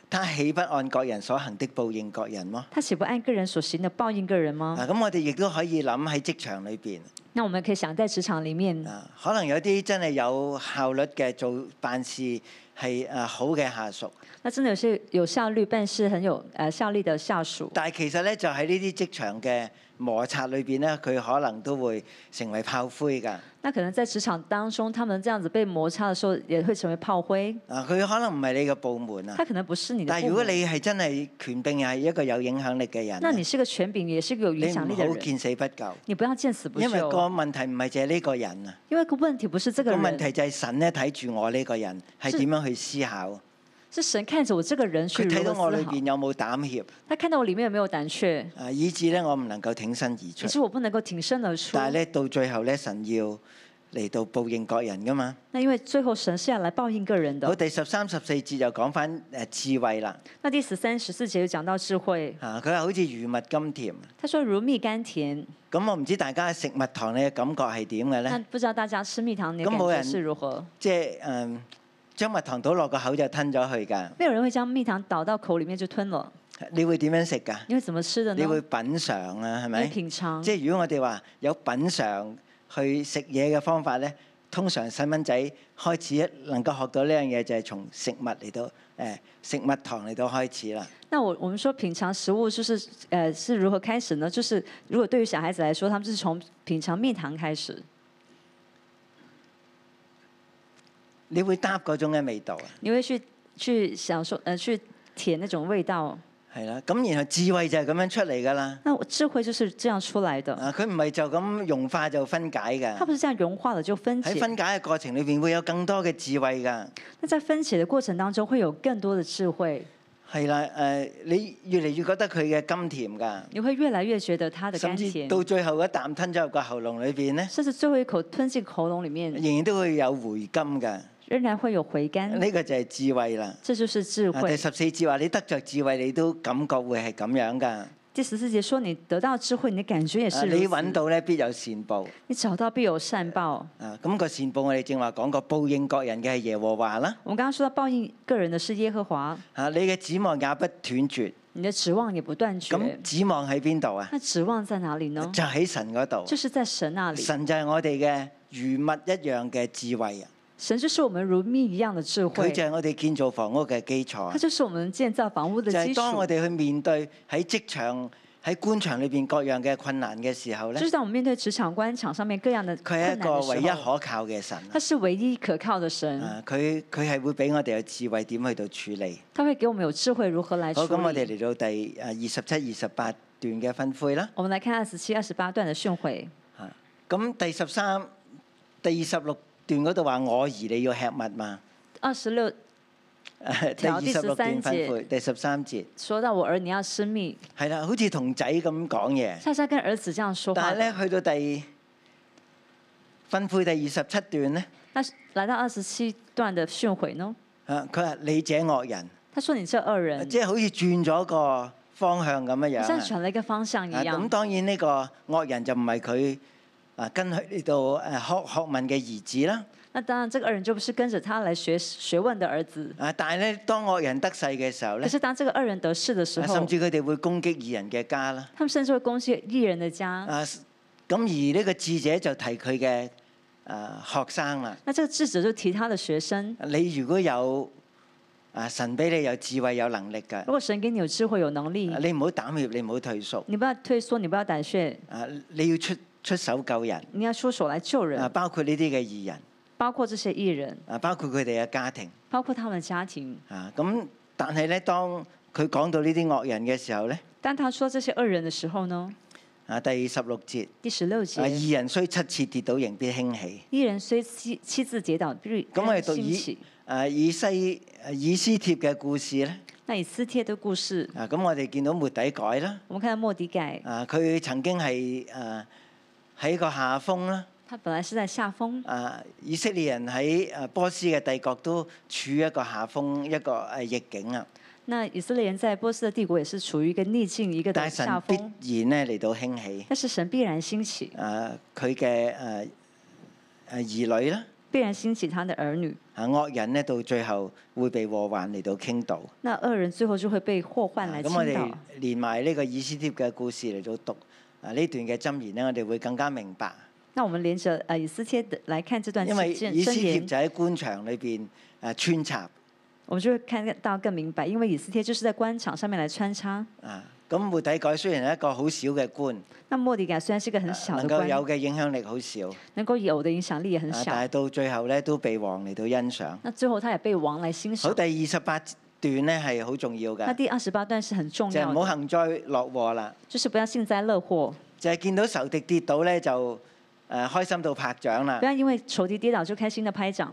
[SPEAKER 2] 他豈不按各人所行的報應各人麼？
[SPEAKER 3] 他岂不按個人所行的報應個人
[SPEAKER 2] 啊，
[SPEAKER 3] 嗎？
[SPEAKER 2] 咁我哋亦都可以諗喺職場裏邊，
[SPEAKER 3] 那我們可以想在職場裡面，
[SPEAKER 2] 啊，可能有啲真係有效率嘅做辦事係啊好嘅下屬，
[SPEAKER 3] 那真的有些有效率辦事很有呃效率的下屬，
[SPEAKER 2] 但係其實咧就喺呢啲職場嘅摩擦裏邊咧，佢可能都會成為炮灰㗎。
[SPEAKER 3] 那可能在職場當中，他們這樣子被摩擦的時候，也會成為炮灰。
[SPEAKER 2] 啊，佢可能唔係你嘅部門啊，
[SPEAKER 3] 他可能不是你的
[SPEAKER 2] 但
[SPEAKER 3] 父
[SPEAKER 2] 係
[SPEAKER 3] 母。
[SPEAKER 2] 如果你係真係權柄又係一個有影響力嘅人
[SPEAKER 3] 那
[SPEAKER 2] 咧，
[SPEAKER 3] 你是個權柄，也是個有影響
[SPEAKER 2] 你
[SPEAKER 3] 力
[SPEAKER 2] 唔
[SPEAKER 3] 的
[SPEAKER 2] 好
[SPEAKER 3] 人，
[SPEAKER 2] 見死不救，
[SPEAKER 3] 你不要見死不哦
[SPEAKER 2] 因為個
[SPEAKER 3] 救。
[SPEAKER 2] 問題唔係就係呢個人啊，
[SPEAKER 3] 因為個問題不是這
[SPEAKER 2] 個
[SPEAKER 3] 個人，
[SPEAKER 2] 問題就係神咧睇住我呢個人係
[SPEAKER 3] 是
[SPEAKER 2] 點樣去思考，
[SPEAKER 3] 是神看着我這個人去
[SPEAKER 2] 佢
[SPEAKER 3] 如
[SPEAKER 2] 睇到我
[SPEAKER 3] 何
[SPEAKER 2] 裏
[SPEAKER 3] 思考。
[SPEAKER 2] 邊有冇膽怯
[SPEAKER 3] 他看到我裡面有沒有膽怯，
[SPEAKER 2] 啊，以致咧我唔能夠挺身而
[SPEAKER 3] 可
[SPEAKER 2] 出。
[SPEAKER 3] 是我不能夠挺身而出。
[SPEAKER 2] 但係咧到最後咧，神要嚟到報應各人噶嘛。
[SPEAKER 3] 那因為最後神是要來報應個人
[SPEAKER 2] 好，
[SPEAKER 3] 的。
[SPEAKER 2] 第十三十四節就講翻誒智慧啦。
[SPEAKER 3] 那第十三、十四節又講到智慧，
[SPEAKER 2] 啊，佢話好似如蜜甘甜。
[SPEAKER 3] 他說如蜜甘甜。
[SPEAKER 2] 咁我唔知大家食蜜糖你嘅感覺係點嘅
[SPEAKER 3] 那
[SPEAKER 2] 咧？
[SPEAKER 3] 不知道大家吃蜜糖你的
[SPEAKER 2] 咁
[SPEAKER 3] 感
[SPEAKER 2] 冇
[SPEAKER 3] 覺
[SPEAKER 2] 人
[SPEAKER 3] 是如何？
[SPEAKER 2] 即係誒將蜜糖倒落個口就吞咗去㗎。
[SPEAKER 3] 沒有人會將蜜糖倒到口裡面就吞了，
[SPEAKER 2] 你會點樣食㗎？
[SPEAKER 3] 你會怎麼吃的呢？
[SPEAKER 2] 你會品嚐啊，係
[SPEAKER 3] 你會
[SPEAKER 2] 咪？
[SPEAKER 3] 品嘗。
[SPEAKER 2] 即係如果我哋話有品嚐去食嘢嘅方法咧，通常細蚊仔開始能夠學到呢樣嘢，就係從食物嚟到誒、食蜜糖嚟到開始啦。
[SPEAKER 3] 那我我们说品尝食物就是呃是如何开始呢？就是如果对于小孩子来说，他们是从品尝蜜糖开始，
[SPEAKER 2] 你會嗒嗰種嘅味道啊，
[SPEAKER 3] 你会去去享受呃去舔那種味道。
[SPEAKER 2] 係啦。咁然後智慧就係咁樣出嚟㗎啦。
[SPEAKER 3] 那我智慧就是這樣出來的，
[SPEAKER 2] 啊，佢唔係就咁融化就分解
[SPEAKER 3] 它
[SPEAKER 2] 㗎。
[SPEAKER 3] 不是這樣融化了就分
[SPEAKER 2] 喺
[SPEAKER 3] 解。
[SPEAKER 2] 分解嘅過程裏邊會有更多嘅智慧㗎。
[SPEAKER 3] 那在分解的過程當中，會有更多的智慧。
[SPEAKER 2] 係啦，誒、你越嚟越覺得佢嘅甘甜㗎，
[SPEAKER 3] 你会越来越觉得它的甘
[SPEAKER 2] 甚至
[SPEAKER 3] 甜，
[SPEAKER 2] 到最後一啖吞咗入個喉嚨裏邊咧，
[SPEAKER 3] 甚至最后一口吞进喉咙里面，
[SPEAKER 2] 仍然都會有回甘㗎。
[SPEAKER 3] 仍然会有回甘。
[SPEAKER 2] 呢個就係智慧啦。
[SPEAKER 3] 这就是智
[SPEAKER 2] 嗯啊第
[SPEAKER 3] 慧。
[SPEAKER 2] 十四節話：你得着智慧，你都感覺會係咁樣㗎。啊
[SPEAKER 3] 第十四节说，你得到智慧，你的感觉也是如
[SPEAKER 2] 你
[SPEAKER 3] 此
[SPEAKER 2] 揾到咧，必有善報。
[SPEAKER 3] 你找到必有善报。
[SPEAKER 2] 啊，咁、個善報我哋正話講過，報應各人嘅係耶和華啦。
[SPEAKER 3] 我们刚刚说到报应个人的是耶和华，
[SPEAKER 2] 啊，你嘅指望也不斷絕。
[SPEAKER 3] 你的指望也不断绝。
[SPEAKER 2] 咁指望喺邊度啊？
[SPEAKER 3] 那指望在哪里呢？
[SPEAKER 2] 就喺神嗰度。
[SPEAKER 3] 就是在神那里。
[SPEAKER 2] 神就係我哋嘅如物一樣嘅智慧啊！
[SPEAKER 3] 神就是我们如蜜一样的智
[SPEAKER 2] 佢
[SPEAKER 3] 慧，
[SPEAKER 2] 就係我哋建造房屋嘅基
[SPEAKER 3] 它
[SPEAKER 2] 礎。啊
[SPEAKER 3] 就是我们建造房屋的
[SPEAKER 2] 就
[SPEAKER 3] 基
[SPEAKER 2] 係
[SPEAKER 3] 础。
[SPEAKER 2] 當我哋去面對喺職場、喺官場裏邊各樣嘅困難嘅時候咧
[SPEAKER 3] 就，是当我们面对职场、官场上面各样的
[SPEAKER 2] 佢係
[SPEAKER 3] 困
[SPEAKER 2] 一
[SPEAKER 3] 难的
[SPEAKER 2] 個唯一
[SPEAKER 3] 时候，
[SPEAKER 2] 可靠嘅神啊。
[SPEAKER 3] 他是唯一可靠的神，
[SPEAKER 2] 啊！佢佢係會俾我哋有智慧點去到處理。
[SPEAKER 3] 他会给我们有智慧如何来处
[SPEAKER 2] 好，咁我哋
[SPEAKER 3] 理。
[SPEAKER 2] 嚟到第啊二十七、二十八段嘅分灰啦。
[SPEAKER 3] 我们来看二十七、二十八段的训诲。
[SPEAKER 2] 啊，咁第十三、第二十六段嗰度話我兒你要吃物嘛。
[SPEAKER 3] 二十六
[SPEAKER 2] 啊第二十六段分配，第十三節
[SPEAKER 3] 说到我儿你要吃蜜，
[SPEAKER 2] 係啦，好似同仔咁講嘢。
[SPEAKER 3] 恰恰跟儿子这样说话
[SPEAKER 2] 但係
[SPEAKER 3] 的。
[SPEAKER 2] 咧，去到第分配第二十七段咧，
[SPEAKER 3] 那来到二十七段的训诲呢？
[SPEAKER 2] 啊，佢話你這惡人，
[SPEAKER 3] 他说你这二
[SPEAKER 2] 啊
[SPEAKER 3] 人，
[SPEAKER 2] 即係好似轉咗個方向咁樣
[SPEAKER 3] 嗯好像
[SPEAKER 2] 樣啊。
[SPEAKER 3] 转了一个方向一
[SPEAKER 2] 啊咁
[SPEAKER 3] 样。
[SPEAKER 2] 當然呢個惡人就唔係佢啊跟佢呢度誒學學問嘅兒子啦。
[SPEAKER 3] 那當然，这个二人就不是跟着他来学学问的儿子。
[SPEAKER 2] 啊，但係咧，當惡人得勢嘅時候
[SPEAKER 3] 可
[SPEAKER 2] 咧，
[SPEAKER 3] 是当这个二人得势的时
[SPEAKER 2] 啊
[SPEAKER 3] 候
[SPEAKER 2] 甚，至佢哋會攻擊義人嘅家啦。
[SPEAKER 3] 他们甚至会攻击异人的家。
[SPEAKER 2] 啊，咁而呢個智者就提佢嘅啊誒學生啦。
[SPEAKER 3] 那这个智者就提他的学生，
[SPEAKER 2] 你如果有啊神俾你有智慧有能力嘅，
[SPEAKER 3] 如果神给你有智慧有能力
[SPEAKER 2] 啊，你唔好膽怯，你唔好退縮。
[SPEAKER 3] 你不要退缩，你不要胆怯，
[SPEAKER 2] 啊，你要出出手救人
[SPEAKER 3] 你要出手来救
[SPEAKER 2] 啊，
[SPEAKER 3] 人，
[SPEAKER 2] 包括呢啲嘅義人
[SPEAKER 3] 包括这些异人，
[SPEAKER 2] 啊，包括佢哋嘅家庭
[SPEAKER 3] 包括他们的家庭。
[SPEAKER 2] 啊。咁但係咧，當佢講到呢啲惡人嘅時候咧，
[SPEAKER 3] 当他说这些恶人的时候呢？
[SPEAKER 2] 啊第十六節
[SPEAKER 3] 第十六节
[SPEAKER 2] 啊，，義人雖七次跌倒，仍必興起。
[SPEAKER 3] 异人虽妻妻子跌倒，必
[SPEAKER 2] 咁我
[SPEAKER 3] 然
[SPEAKER 2] 哋讀
[SPEAKER 3] 兴
[SPEAKER 2] 以
[SPEAKER 3] 起。
[SPEAKER 2] 啊以西啊以斯帖嘅故事咧
[SPEAKER 3] 那以斯帖的故事，
[SPEAKER 2] 啊，咁我哋見到末底改啦
[SPEAKER 3] 我们看到莫迪改，
[SPEAKER 2] 啊，佢曾經係啊喺個下風啦。
[SPEAKER 3] 他本来是在下风，
[SPEAKER 2] 啊！以色列人喺啊波斯嘅帝國都處於一個下風一個誒逆境啊，
[SPEAKER 3] 那以色列人在波斯的帝国也是处于一个逆境，一个
[SPEAKER 2] 但
[SPEAKER 3] 的
[SPEAKER 2] 係
[SPEAKER 3] 下
[SPEAKER 2] 神
[SPEAKER 3] 风。
[SPEAKER 2] 必然咧嚟到興起。
[SPEAKER 3] 但是神必然兴起，
[SPEAKER 2] 啊，佢嘅誒誒兒女啦，
[SPEAKER 3] 必然兴起他的儿女。
[SPEAKER 2] 啊惡人咧到最後會被禍患嚟到傾倒。
[SPEAKER 3] 那恶人最后就会被祸患
[SPEAKER 2] 啊
[SPEAKER 3] 来
[SPEAKER 2] 咁、
[SPEAKER 3] 倾
[SPEAKER 2] 我
[SPEAKER 3] 倒。
[SPEAKER 2] 哋連埋呢個以斯帖嘅故事嚟到讀啊呢段嘅箴言咧，我哋會更加明白，
[SPEAKER 3] 那我们连着呃以斯帖的来看这段
[SPEAKER 2] 因為
[SPEAKER 3] 箴
[SPEAKER 2] 以斯
[SPEAKER 3] 箴
[SPEAKER 2] 帖
[SPEAKER 3] 言，
[SPEAKER 2] 就喺官場裏邊誒啊穿插
[SPEAKER 3] 我们就会看到更明白，因为以斯帖就是在官场上面来穿插。
[SPEAKER 2] 啊。咁末底改雖然係一個好小嘅官，啊
[SPEAKER 3] 那莫迪改虽然是一个很小
[SPEAKER 2] 能
[SPEAKER 3] 的
[SPEAKER 2] 夠
[SPEAKER 3] 官，
[SPEAKER 2] 有嘅影響力好少。
[SPEAKER 3] 能够有的影响力也很
[SPEAKER 2] 啊
[SPEAKER 3] 小。
[SPEAKER 2] 但係到最後咧都被王嚟到欣賞。
[SPEAKER 3] 那最后他也被王来欣
[SPEAKER 2] 好，
[SPEAKER 3] 赏。
[SPEAKER 2] 第二十八段咧係好重要
[SPEAKER 3] 那
[SPEAKER 2] 嘅，
[SPEAKER 3] 第二十八段是很重
[SPEAKER 2] 就係
[SPEAKER 3] 要
[SPEAKER 2] 唔
[SPEAKER 3] 的，
[SPEAKER 2] 好幸災樂禍啦。
[SPEAKER 3] 就是不要幸灾乐祸，
[SPEAKER 2] 就係見到仇敵跌倒咧，就誒、呃、開心到拍掌啦
[SPEAKER 3] 不。要因为仇敌跌倒就开心的拍掌。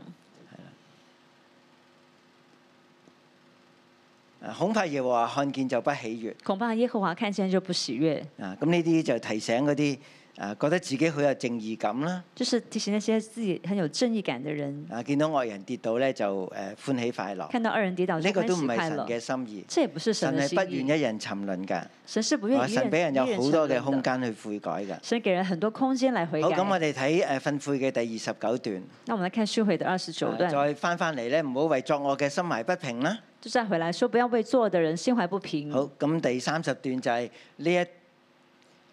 [SPEAKER 2] 啊恐怕耶和華看見就不喜悅
[SPEAKER 3] 恐怕耶和华看见就不喜悦，
[SPEAKER 2] 啊！咁呢啲就提醒嗰啲啊覺得自己好有正義感啦，
[SPEAKER 3] 就是提醒那些自己很有正义感的人，
[SPEAKER 2] 啊見到惡人跌倒咧就誒、呃、歡喜快樂。
[SPEAKER 3] 看到二人跌倒
[SPEAKER 2] 呢
[SPEAKER 3] 就
[SPEAKER 2] 個
[SPEAKER 3] 欢
[SPEAKER 2] 都唔
[SPEAKER 3] 喜
[SPEAKER 2] 係
[SPEAKER 3] 快
[SPEAKER 2] 神
[SPEAKER 3] 乐。
[SPEAKER 2] 嘅心意，
[SPEAKER 3] 这也不是神
[SPEAKER 2] 神
[SPEAKER 3] 的
[SPEAKER 2] 係
[SPEAKER 3] 心
[SPEAKER 2] 不
[SPEAKER 3] 意
[SPEAKER 2] 願，一人沉淪㗎。
[SPEAKER 3] 神是不
[SPEAKER 2] 啊
[SPEAKER 3] 愿意
[SPEAKER 2] 神俾人有好多嘅空
[SPEAKER 3] 间。
[SPEAKER 2] 間去悔改㗎。
[SPEAKER 3] 神给人很多空间来悔
[SPEAKER 2] 好，
[SPEAKER 3] 改。
[SPEAKER 2] 咁我哋睇誒訓悔嘅第二十九段。
[SPEAKER 3] 那我们来看训诲的二十九
[SPEAKER 2] 啊
[SPEAKER 3] 段，
[SPEAKER 2] 再翻翻嚟咧，唔好為作惡嘅心懷不平啦。
[SPEAKER 3] 就再回来说，不要为做的人心怀不平。
[SPEAKER 2] 好，咁第三十段就係呢一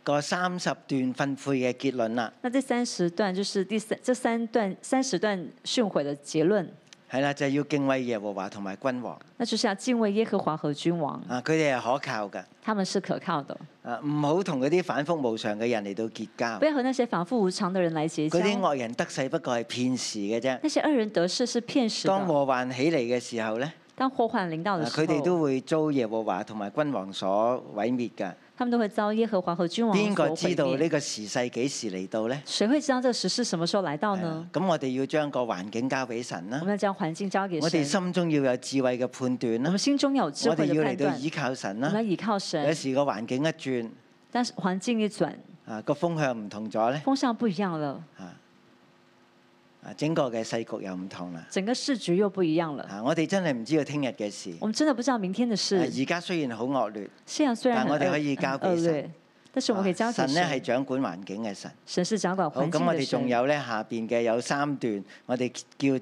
[SPEAKER 2] 個三十段訓悔嘅結論啦。
[SPEAKER 3] 那这三十段就是第三这三段三十段训诲的结论，
[SPEAKER 2] 係啦，就係要敬畏耶和華同埋君王。
[SPEAKER 3] 那就是要敬畏耶和华和君王，
[SPEAKER 2] 啊，佢哋係可靠嘅。
[SPEAKER 3] 他们是可靠的，
[SPEAKER 2] 啊，唔好同嗰啲反覆無常嘅人嚟到結交
[SPEAKER 3] 不。要和那些反复无常的人来结交
[SPEAKER 2] 嗰。啲惡人得勢不過係騙事嘅啫。
[SPEAKER 3] 那些恶人得势是骗时
[SPEAKER 2] 當
[SPEAKER 3] 的，
[SPEAKER 2] 禍患起嚟嘅時候咧，
[SPEAKER 3] 当祸患临到
[SPEAKER 2] 啊
[SPEAKER 3] 的时
[SPEAKER 2] 佢哋
[SPEAKER 3] 候，
[SPEAKER 2] 都會遭耶和華同埋君王所毀滅㗎。
[SPEAKER 3] 他们都会遭耶和华和君王
[SPEAKER 2] 邊個
[SPEAKER 3] 所
[SPEAKER 2] 知道
[SPEAKER 3] 毁
[SPEAKER 2] 呢
[SPEAKER 3] 灭。
[SPEAKER 2] 個時勢幾時嚟到呢？
[SPEAKER 3] 谁会知道这个时事什么时候来到
[SPEAKER 2] 係
[SPEAKER 3] 呢
[SPEAKER 2] 啊？咁我哋要將個環境交俾神
[SPEAKER 3] 哦我
[SPEAKER 2] 啦
[SPEAKER 3] 们，要将环境交给
[SPEAKER 2] 啊我哋
[SPEAKER 3] 神，
[SPEAKER 2] 心中要有智慧嘅判斷
[SPEAKER 3] 我
[SPEAKER 2] 啦
[SPEAKER 3] 们，心中有智
[SPEAKER 2] 我哋
[SPEAKER 3] 慧
[SPEAKER 2] 要嚟
[SPEAKER 3] 的判
[SPEAKER 2] 到
[SPEAKER 3] 断，
[SPEAKER 2] 依靠哎神
[SPEAKER 3] 我们要
[SPEAKER 2] 啦。
[SPEAKER 3] 依靠
[SPEAKER 2] 有
[SPEAKER 3] 神。
[SPEAKER 2] 時個環境一轉，
[SPEAKER 3] 但是环境一转，
[SPEAKER 2] 啊個風向唔同咗呢，
[SPEAKER 3] 风向不一样了，
[SPEAKER 2] 啊啊整個嘅世局又唔同啦。
[SPEAKER 3] 整个市局又不一样了。
[SPEAKER 2] 啊，我哋真係唔知道聽日嘅事。
[SPEAKER 3] 我们真的不知道明天的
[SPEAKER 2] 啊
[SPEAKER 3] 事。
[SPEAKER 2] 而家雖然好惡劣，
[SPEAKER 3] 现在虽然
[SPEAKER 2] 但
[SPEAKER 3] 很
[SPEAKER 2] 我哋
[SPEAKER 3] 恶
[SPEAKER 2] 可以交
[SPEAKER 3] 很
[SPEAKER 2] 俾
[SPEAKER 3] 恶
[SPEAKER 2] 神
[SPEAKER 3] 劣，但是我们可以交
[SPEAKER 2] 啊
[SPEAKER 3] 给
[SPEAKER 2] 神呢係
[SPEAKER 3] 神。
[SPEAKER 2] 掌管環境嘅神。
[SPEAKER 3] 神是掌管
[SPEAKER 2] 好，
[SPEAKER 3] 环境
[SPEAKER 2] 咁我
[SPEAKER 3] 的
[SPEAKER 2] 哋仲
[SPEAKER 3] 神。
[SPEAKER 2] 有咧下邊嘅有三段，我哋叫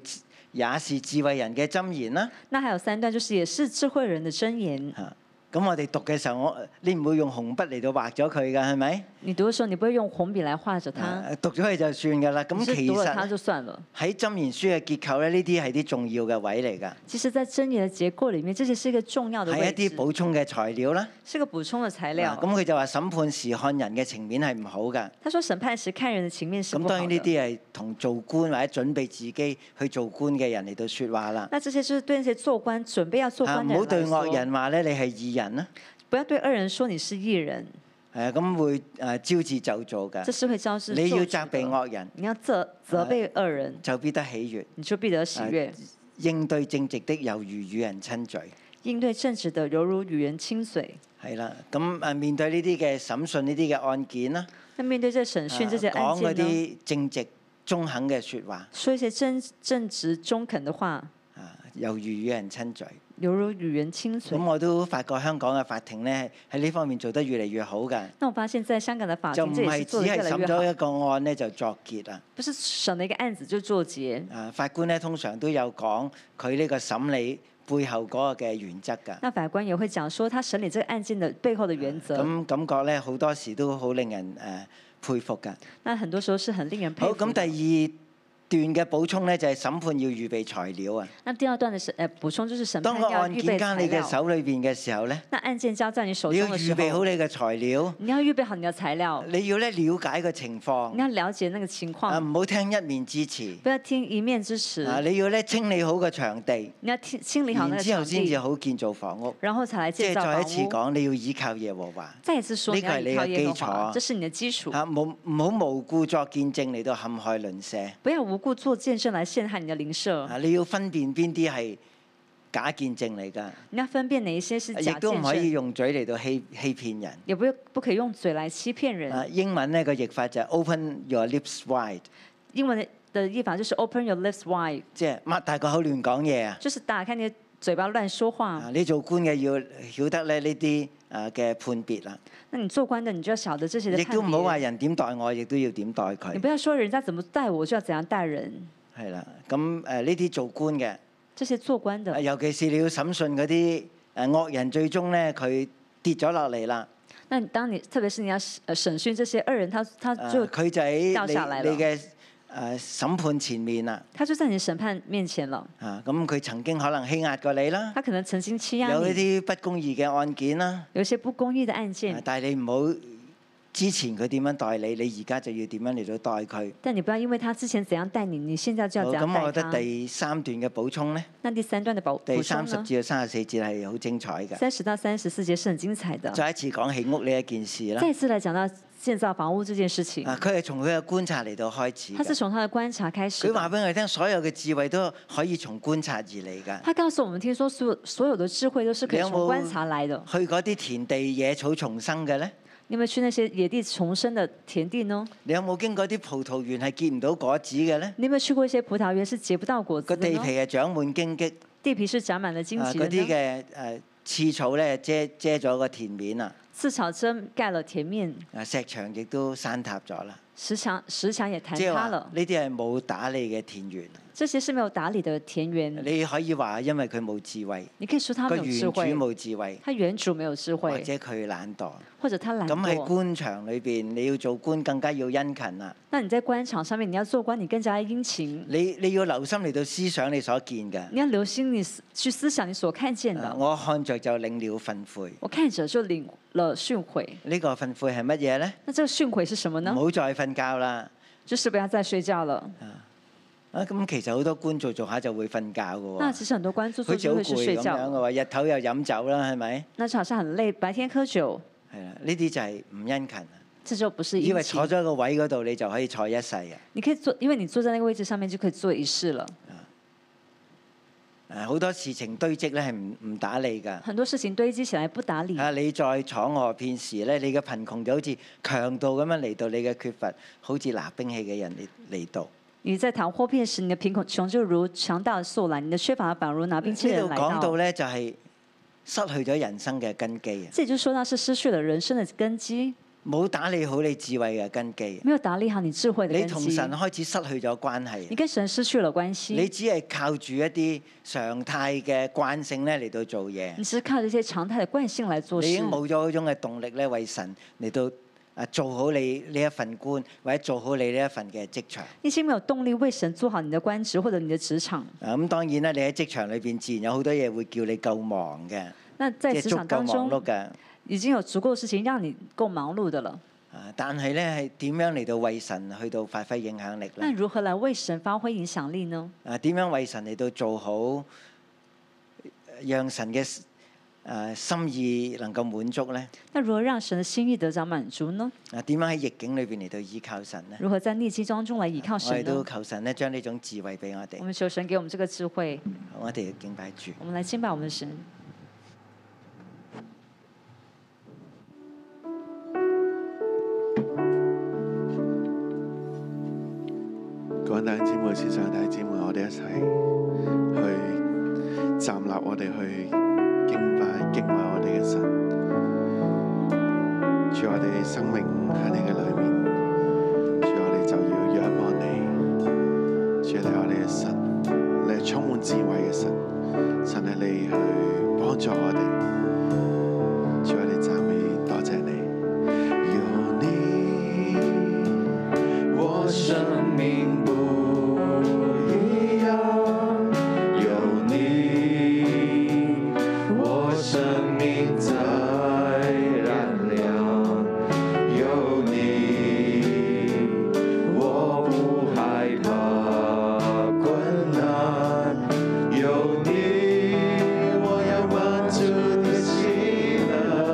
[SPEAKER 2] 也是智慧人嘅箴言啦。
[SPEAKER 3] 那还有三段，就是也是智慧人的箴言。
[SPEAKER 2] 嚇、咁我哋讀嘅時候，我你唔會用紅筆嚟到畫咗佢㗎，係咪？
[SPEAKER 3] 你读的时候，你不会用红笔来画着它，
[SPEAKER 2] 啊讀咗佢就算㗎啦。
[SPEAKER 3] 你
[SPEAKER 2] 咁
[SPEAKER 3] 是
[SPEAKER 2] 其
[SPEAKER 3] 读了它
[SPEAKER 2] 實
[SPEAKER 3] 就算了。
[SPEAKER 2] 喺箴言書嘅結構咧，呢啲係啲重要嘅位嚟㗎，
[SPEAKER 3] 其实，在箴言的结构里面，这些是一个重要的
[SPEAKER 2] 係
[SPEAKER 3] 啊位
[SPEAKER 2] 一
[SPEAKER 3] 置
[SPEAKER 2] 啲，補充嘅材料啦。
[SPEAKER 3] 是个补充的材料
[SPEAKER 2] 啊。咁佢、就話審判時看人嘅情面係唔好㗎。
[SPEAKER 3] 他说，审判时看人的情面是
[SPEAKER 2] 咁
[SPEAKER 3] 不好
[SPEAKER 2] 當然呢
[SPEAKER 3] 的。
[SPEAKER 2] 啲係同做官或者準備自己去做官嘅人嚟到説話啦。
[SPEAKER 3] 那这些就是对那些做官、准备要做
[SPEAKER 2] 啊
[SPEAKER 3] 官
[SPEAKER 2] 唔
[SPEAKER 3] 的
[SPEAKER 2] 好
[SPEAKER 3] 人
[SPEAKER 2] 對
[SPEAKER 3] 来
[SPEAKER 2] 惡
[SPEAKER 3] 说，
[SPEAKER 2] 人話咧，你係義人啦。
[SPEAKER 3] 不要对恶人说你是异人，
[SPEAKER 2] 誒咁會誒招致就做
[SPEAKER 3] 这
[SPEAKER 2] 㗎。
[SPEAKER 3] 是会招致
[SPEAKER 2] 啊你要
[SPEAKER 3] 咒诅
[SPEAKER 2] 責
[SPEAKER 3] 的
[SPEAKER 2] 備惡人，
[SPEAKER 3] 你要责责备恶人，
[SPEAKER 2] 就必得喜悦。
[SPEAKER 3] 你就必得喜
[SPEAKER 2] 啊
[SPEAKER 3] 悦。
[SPEAKER 2] 應對正直的，猶如與人親嘴。
[SPEAKER 3] 应对正直的，犹如与人亲嘴。
[SPEAKER 2] 係啦，咁誒面對呢啲嘅審訊呢啲嘅案件啦，
[SPEAKER 3] 那面对这审讯
[SPEAKER 2] 啊
[SPEAKER 3] 这些案
[SPEAKER 2] 講嗰
[SPEAKER 3] 件呢，
[SPEAKER 2] 啲正直中肯嘅説話，
[SPEAKER 3] 说一些正正直中肯的话，
[SPEAKER 2] 啊，猶如與人親嘴。
[SPEAKER 3] 犹如与人亲嘴
[SPEAKER 2] 咁。我都發覺香港嘅法庭咧喺呢方面做得越嚟越好㗎，
[SPEAKER 3] 那我发现，在香港的法
[SPEAKER 2] 就
[SPEAKER 3] 庭，
[SPEAKER 2] 唔
[SPEAKER 3] 这啊
[SPEAKER 2] 係
[SPEAKER 3] 也是
[SPEAKER 2] 只
[SPEAKER 3] 做的
[SPEAKER 2] 係
[SPEAKER 3] 越来
[SPEAKER 2] 審
[SPEAKER 3] 越好
[SPEAKER 2] 咗，一個案咧就作啊結啦。
[SPEAKER 3] 不是审了一个案子就作结。
[SPEAKER 2] 啊，法官咧通常都有講佢呢個審理背後嗰個嘅原則㗎。
[SPEAKER 3] 那法官也会讲说，他审理这个案件的背后的原则。
[SPEAKER 2] 咁感覺咧好多時都好令人誒、呃佩服㗎。
[SPEAKER 3] 那很多时候是很令人佩
[SPEAKER 2] 好，
[SPEAKER 3] 服的。
[SPEAKER 2] 咁第二段嘅補充咧就係、審判要預備材料啊。
[SPEAKER 3] 那第二段的审呃补充就是審
[SPEAKER 2] 當
[SPEAKER 3] 判
[SPEAKER 2] 個
[SPEAKER 3] 要
[SPEAKER 2] 案
[SPEAKER 3] 预备
[SPEAKER 2] 件
[SPEAKER 3] 材
[SPEAKER 2] 交你嘅
[SPEAKER 3] 料。
[SPEAKER 2] 手裏邊嘅時候咧，
[SPEAKER 3] 那案件交在你手
[SPEAKER 2] 你要
[SPEAKER 3] 中的
[SPEAKER 2] 預
[SPEAKER 3] 时
[SPEAKER 2] 備好
[SPEAKER 3] 候，哦
[SPEAKER 2] 你嘅材料，
[SPEAKER 3] 你要预备好你的材料，
[SPEAKER 2] 你要咧了解個情
[SPEAKER 3] 你
[SPEAKER 2] 況
[SPEAKER 3] 要了解那个
[SPEAKER 2] 啊，
[SPEAKER 3] 情况，
[SPEAKER 2] 唔好聽一面之詞
[SPEAKER 3] 不要听一面之词。
[SPEAKER 2] 啊，你要咧清理好個場地，
[SPEAKER 3] 你要清清理好
[SPEAKER 2] 然
[SPEAKER 3] 那个
[SPEAKER 2] 之後
[SPEAKER 3] 场
[SPEAKER 2] 先至
[SPEAKER 3] 地，
[SPEAKER 2] 好建造房屋。
[SPEAKER 3] 然后才来
[SPEAKER 2] 即
[SPEAKER 3] 建
[SPEAKER 2] 係
[SPEAKER 3] 造
[SPEAKER 2] 再
[SPEAKER 3] 房
[SPEAKER 2] 一次
[SPEAKER 3] 屋。
[SPEAKER 2] 講，你要依靠耶和華
[SPEAKER 3] 再一次说，
[SPEAKER 2] 呢个
[SPEAKER 3] 你要
[SPEAKER 2] 系你
[SPEAKER 3] 依靠
[SPEAKER 2] 嘅
[SPEAKER 3] 耶和
[SPEAKER 2] 基础
[SPEAKER 3] 华，这是你的基础，
[SPEAKER 2] 啊，冇唔好無故作見證嚟到陷害鄰舍。
[SPEAKER 3] 不要无故做见证来陷害你的邻舍。
[SPEAKER 2] 啊，你要分辨邊啲係假見證嚟㗎，
[SPEAKER 3] 你要分辨哪一些是
[SPEAKER 2] 啊亦
[SPEAKER 3] 假
[SPEAKER 2] 都唔
[SPEAKER 3] 见
[SPEAKER 2] 可以
[SPEAKER 3] 证，
[SPEAKER 2] 用嘴嚟到欺欺騙人。
[SPEAKER 3] 也不要不可以用嘴来欺骗
[SPEAKER 2] 啊，
[SPEAKER 3] 人。
[SPEAKER 2] 英文呢個譯法就係 open your lips wide，
[SPEAKER 3] 英文的的译法就是 open your lips wide，
[SPEAKER 2] 即係擘大個口亂講嘢啊！
[SPEAKER 3] 就是打开你的嘴巴乱说
[SPEAKER 2] 啊
[SPEAKER 3] 话。
[SPEAKER 2] 你做官嘅要曉得咧呢啲啊嘅判別啦，
[SPEAKER 3] 那你做官的，你就要晓得这些的
[SPEAKER 2] 亦
[SPEAKER 3] 判
[SPEAKER 2] 都唔好話
[SPEAKER 3] 别。
[SPEAKER 2] 人點待我，亦都要點待
[SPEAKER 3] 你
[SPEAKER 2] 佢，
[SPEAKER 3] 不要说人家怎么待我，就要怎样待人。
[SPEAKER 2] 係啦。咁誒呢啲做官嘅，
[SPEAKER 3] 这些做官
[SPEAKER 2] 啊
[SPEAKER 3] 的，
[SPEAKER 2] 尤其是你要審訊嗰啲誒惡人，最終咧佢跌咗落嚟啦。
[SPEAKER 3] 那你当你特别是你要呃审讯这些恶人，他他
[SPEAKER 2] 啊
[SPEAKER 3] 就
[SPEAKER 2] 佢就
[SPEAKER 3] 掉
[SPEAKER 2] 喺
[SPEAKER 3] 下來
[SPEAKER 2] 你
[SPEAKER 3] 了
[SPEAKER 2] 你嘅誒審判前面啦。
[SPEAKER 3] 他就在你的審判面前了。
[SPEAKER 2] 啊，咁佢曾經可能欺壓過你啦，
[SPEAKER 3] 他可能曾经欺压
[SPEAKER 2] 有一
[SPEAKER 3] 你，
[SPEAKER 2] 啲不公義嘅案件啦，
[SPEAKER 3] 有一些不公义的案
[SPEAKER 2] 啊
[SPEAKER 3] 件，
[SPEAKER 2] 但係你唔好之前佢點樣待你，你而家就要點樣嚟到待佢。
[SPEAKER 3] 但你不要因为他之前怎样待你，你现在就要
[SPEAKER 2] 好，
[SPEAKER 3] 怎样
[SPEAKER 2] 哦咁我覺
[SPEAKER 3] 待
[SPEAKER 2] 得
[SPEAKER 3] 他。
[SPEAKER 2] 第三段嘅補充呢，
[SPEAKER 3] 那第三段的保
[SPEAKER 2] 第
[SPEAKER 3] 补
[SPEAKER 2] 三
[SPEAKER 3] 充
[SPEAKER 2] 十
[SPEAKER 3] 呢？
[SPEAKER 2] 至到三十四節係好精彩嘅。
[SPEAKER 3] 三十到三十四节是很精彩的。
[SPEAKER 2] 再一次講起屋呢一件事啦
[SPEAKER 3] 再，次来讲到建造房屋这件事情，
[SPEAKER 2] 啊，佢係從佢嘅觀察嚟到開始
[SPEAKER 3] 他是
[SPEAKER 2] 嘅。
[SPEAKER 3] 从他的观察开始
[SPEAKER 2] 佢話
[SPEAKER 3] 的。
[SPEAKER 2] 俾我哋聽，所有嘅智慧都可以從觀察而嚟㗎。
[SPEAKER 3] 他告诉我们，听说所有所有的智慧都是可
[SPEAKER 2] 你
[SPEAKER 3] 以
[SPEAKER 2] 有冇
[SPEAKER 3] 从观察来的。
[SPEAKER 2] 去嗰啲田地野草重生嘅呢？
[SPEAKER 3] 你有没有去那些野地重生的田地呢？
[SPEAKER 2] 你有冇經過啲葡萄園係結唔到果子嘅呢？
[SPEAKER 3] 你有没有去过一些葡萄园是结不到果
[SPEAKER 2] 個
[SPEAKER 3] 子的
[SPEAKER 2] 地
[SPEAKER 3] 呢
[SPEAKER 2] 皮？係長滿荊棘。
[SPEAKER 3] 地皮是长满了荆
[SPEAKER 2] 啊
[SPEAKER 3] 棘
[SPEAKER 2] 嗰
[SPEAKER 3] 的
[SPEAKER 2] 啲
[SPEAKER 3] 呢，
[SPEAKER 2] 嘅誒刺草咧遮遮咗個田面啊，
[SPEAKER 3] 刺草遮盖了田面，
[SPEAKER 2] 啊石牆亦都山塌咗啦，
[SPEAKER 3] 石墙石墙也坍
[SPEAKER 2] 即係
[SPEAKER 3] 塌
[SPEAKER 2] 話
[SPEAKER 3] 了
[SPEAKER 2] 呢。啲係冇打理嘅田園。啊
[SPEAKER 3] 这些是没有打理的田园，
[SPEAKER 2] 你可以話因為佢冇智慧，
[SPEAKER 3] 你可以说他
[SPEAKER 2] 個
[SPEAKER 3] 没有
[SPEAKER 2] 原
[SPEAKER 3] 嗯智
[SPEAKER 2] 主
[SPEAKER 3] 慧，
[SPEAKER 2] 冇智慧，
[SPEAKER 3] 他原主没有智
[SPEAKER 2] 或
[SPEAKER 3] 慧，
[SPEAKER 2] 者佢懶惰。
[SPEAKER 3] 或者他懒
[SPEAKER 2] 咁喺
[SPEAKER 3] 惰。
[SPEAKER 2] 官場裏邊，你要做官更加要殷勤啊啦。
[SPEAKER 3] 那你在官场上面，你要做官，你更加殷勤，
[SPEAKER 2] 你你要留心嚟到思想你所見嘅。
[SPEAKER 3] 你要留心你思去思想你所看见
[SPEAKER 2] 啊
[SPEAKER 3] 的。
[SPEAKER 2] 我看着就領了憤悔。
[SPEAKER 3] 我看着就领了训诲，
[SPEAKER 2] 呢個憤悔係乜嘢呢？嗯
[SPEAKER 3] 那这个训诲是什么
[SPEAKER 2] 唔
[SPEAKER 3] 呢？
[SPEAKER 2] 好再瞓覺啦。
[SPEAKER 3] 就是不要再睡觉了，
[SPEAKER 2] 啊，咁其實好多官做做下就會瞓覺嘅喎。
[SPEAKER 3] 那其實很多關注
[SPEAKER 2] 好
[SPEAKER 3] 做
[SPEAKER 2] 似
[SPEAKER 3] 就
[SPEAKER 2] 好
[SPEAKER 3] 會去
[SPEAKER 2] 攰
[SPEAKER 3] 睡
[SPEAKER 2] 咁啊
[SPEAKER 3] 覺，
[SPEAKER 2] 樣嘅話，日頭又飲酒啦，係咪？
[SPEAKER 3] 那就好像很累，白天喝酒，
[SPEAKER 2] 係啦，呢啲就係唔殷勤啊。
[SPEAKER 3] 這就不是
[SPEAKER 2] 以為
[SPEAKER 3] 殷勤
[SPEAKER 2] 坐。咗個位嗰度你就可以坐一世啊！
[SPEAKER 3] 你可以坐，因為你坐在那個位置上面就可以做一世了。
[SPEAKER 2] 誒，啊好多事情堆積咧係唔唔打理㗎。
[SPEAKER 3] 很多事情堆積起來不打理，
[SPEAKER 2] 啊！你再闖河片時咧，你嘅貧窮就好似強盜咁樣嚟到，你嘅缺乏好似拿兵器嘅人嚟嚟到。呢
[SPEAKER 3] 你在談貨片時，你的貧窮窮就如強盜素來，你的缺乏反如拿兵器的人
[SPEAKER 2] 度
[SPEAKER 3] 來
[SPEAKER 2] 講到
[SPEAKER 3] 到。
[SPEAKER 2] 咧就係失去咗人生嘅根基啊！
[SPEAKER 3] 这也就說到是失去了人生的根基，
[SPEAKER 2] 冇打理好你智慧嘅根基啊，
[SPEAKER 3] 沒有打理好你智慧的
[SPEAKER 2] 你
[SPEAKER 3] 根
[SPEAKER 2] 同
[SPEAKER 3] 基，
[SPEAKER 2] 神啊開始失去咗關係
[SPEAKER 3] 你
[SPEAKER 2] 啊。
[SPEAKER 3] 跟神失去了關
[SPEAKER 2] 你
[SPEAKER 3] 係，
[SPEAKER 2] 只係靠住一啲常態嘅慣性咧嚟到做嘢，
[SPEAKER 3] 你只是靠這些常態的慣性來做
[SPEAKER 2] 你已
[SPEAKER 3] 事
[SPEAKER 2] 經，冇咗嗰種嘅動力咧，為神嚟到啊做好你呢一份官，或者做好你呢一份嘅職場。
[SPEAKER 3] 你已經沒有動力為神做好你的官職或者你的職場。
[SPEAKER 2] 啊，咁當然啦，你喺職場裏邊自然有好多嘢會叫你夠忙嘅，
[SPEAKER 3] 那在
[SPEAKER 2] 即係
[SPEAKER 3] 職
[SPEAKER 2] 足
[SPEAKER 3] 場
[SPEAKER 2] 夠
[SPEAKER 3] 當
[SPEAKER 2] 忙碌
[SPEAKER 3] 中，
[SPEAKER 2] 嘅。
[SPEAKER 3] 已經有足夠的事情讓你夠忙碌的了。
[SPEAKER 2] 啊，但係咧係點樣嚟到為神去到發揮影響力
[SPEAKER 3] 那
[SPEAKER 2] 咧？
[SPEAKER 3] 如何來為神發揮影響力呢？
[SPEAKER 2] 啊，點樣為神嚟到做好，呃讓神嘅誒、啊心意能夠滿足咧？
[SPEAKER 3] 那如何讓神的心意得着滿足呢？
[SPEAKER 2] 啊，點樣喺逆境裏邊嚟到依靠神咧？
[SPEAKER 3] 如何在逆境當中來倚靠
[SPEAKER 2] 我
[SPEAKER 3] 神啊嗯
[SPEAKER 2] 哋
[SPEAKER 3] 呢
[SPEAKER 2] 哎都？求神咧將呢種智慧俾我哋
[SPEAKER 3] 我。们求神給我們這個智慧，
[SPEAKER 2] 好我哋敬拜主。
[SPEAKER 3] 我們來敬拜我們的神。
[SPEAKER 4] 各位弟兄姊妹、線上嘅弟兄姊妹，我哋一齊去站立，我哋去敬拜、敬畏我哋嘅神。主，我哋生命喺你嘅裏面，主，我哋就要仰望你。主，你係我哋嘅神，你係充滿智慧嘅神，神係你去幫助我哋。主，我哋讚美，多謝你。有你。我生命不一样，有你，我生命再燃亮，有你，我不害怕困难，有你，我要满足的心。啊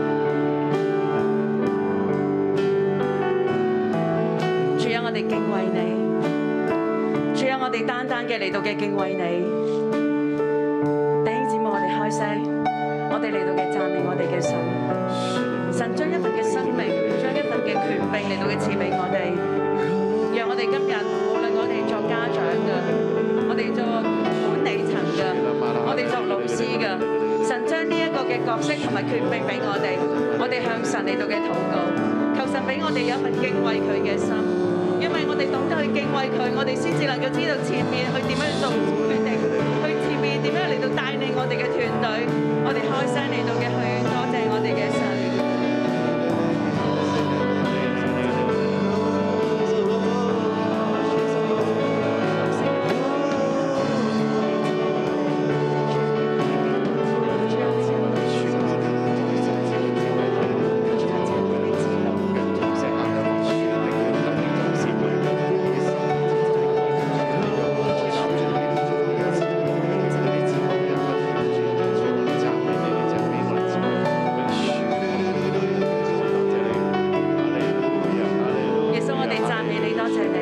[SPEAKER 5] 啊敬畏你。主啊，我哋單單嘅嚟到嘅敬畏你。弟兄姊妹，我哋開聲，我哋嚟到嘅讚美我哋嘅神。神將一份嘅生命，將一份嘅權柄嚟到嘅賜俾我哋，讓我哋今日無論我哋作家長嘅，我哋做管理層嘅，我哋做老師嘅，神將呢一個嘅角色同埋權柄俾我哋，我哋向神嚟到嘅禱告，求神俾我哋有一份敬畏佢嘅心，因為我哋懂得去敬畏佢，我哋先至能夠知道前面去點樣做決定，去前面點樣嚟到帶領我哋嘅團隊，我哋開聲嚟到嘅去多謝我哋嘅神。耶穌，我哋讚美你，多謝你。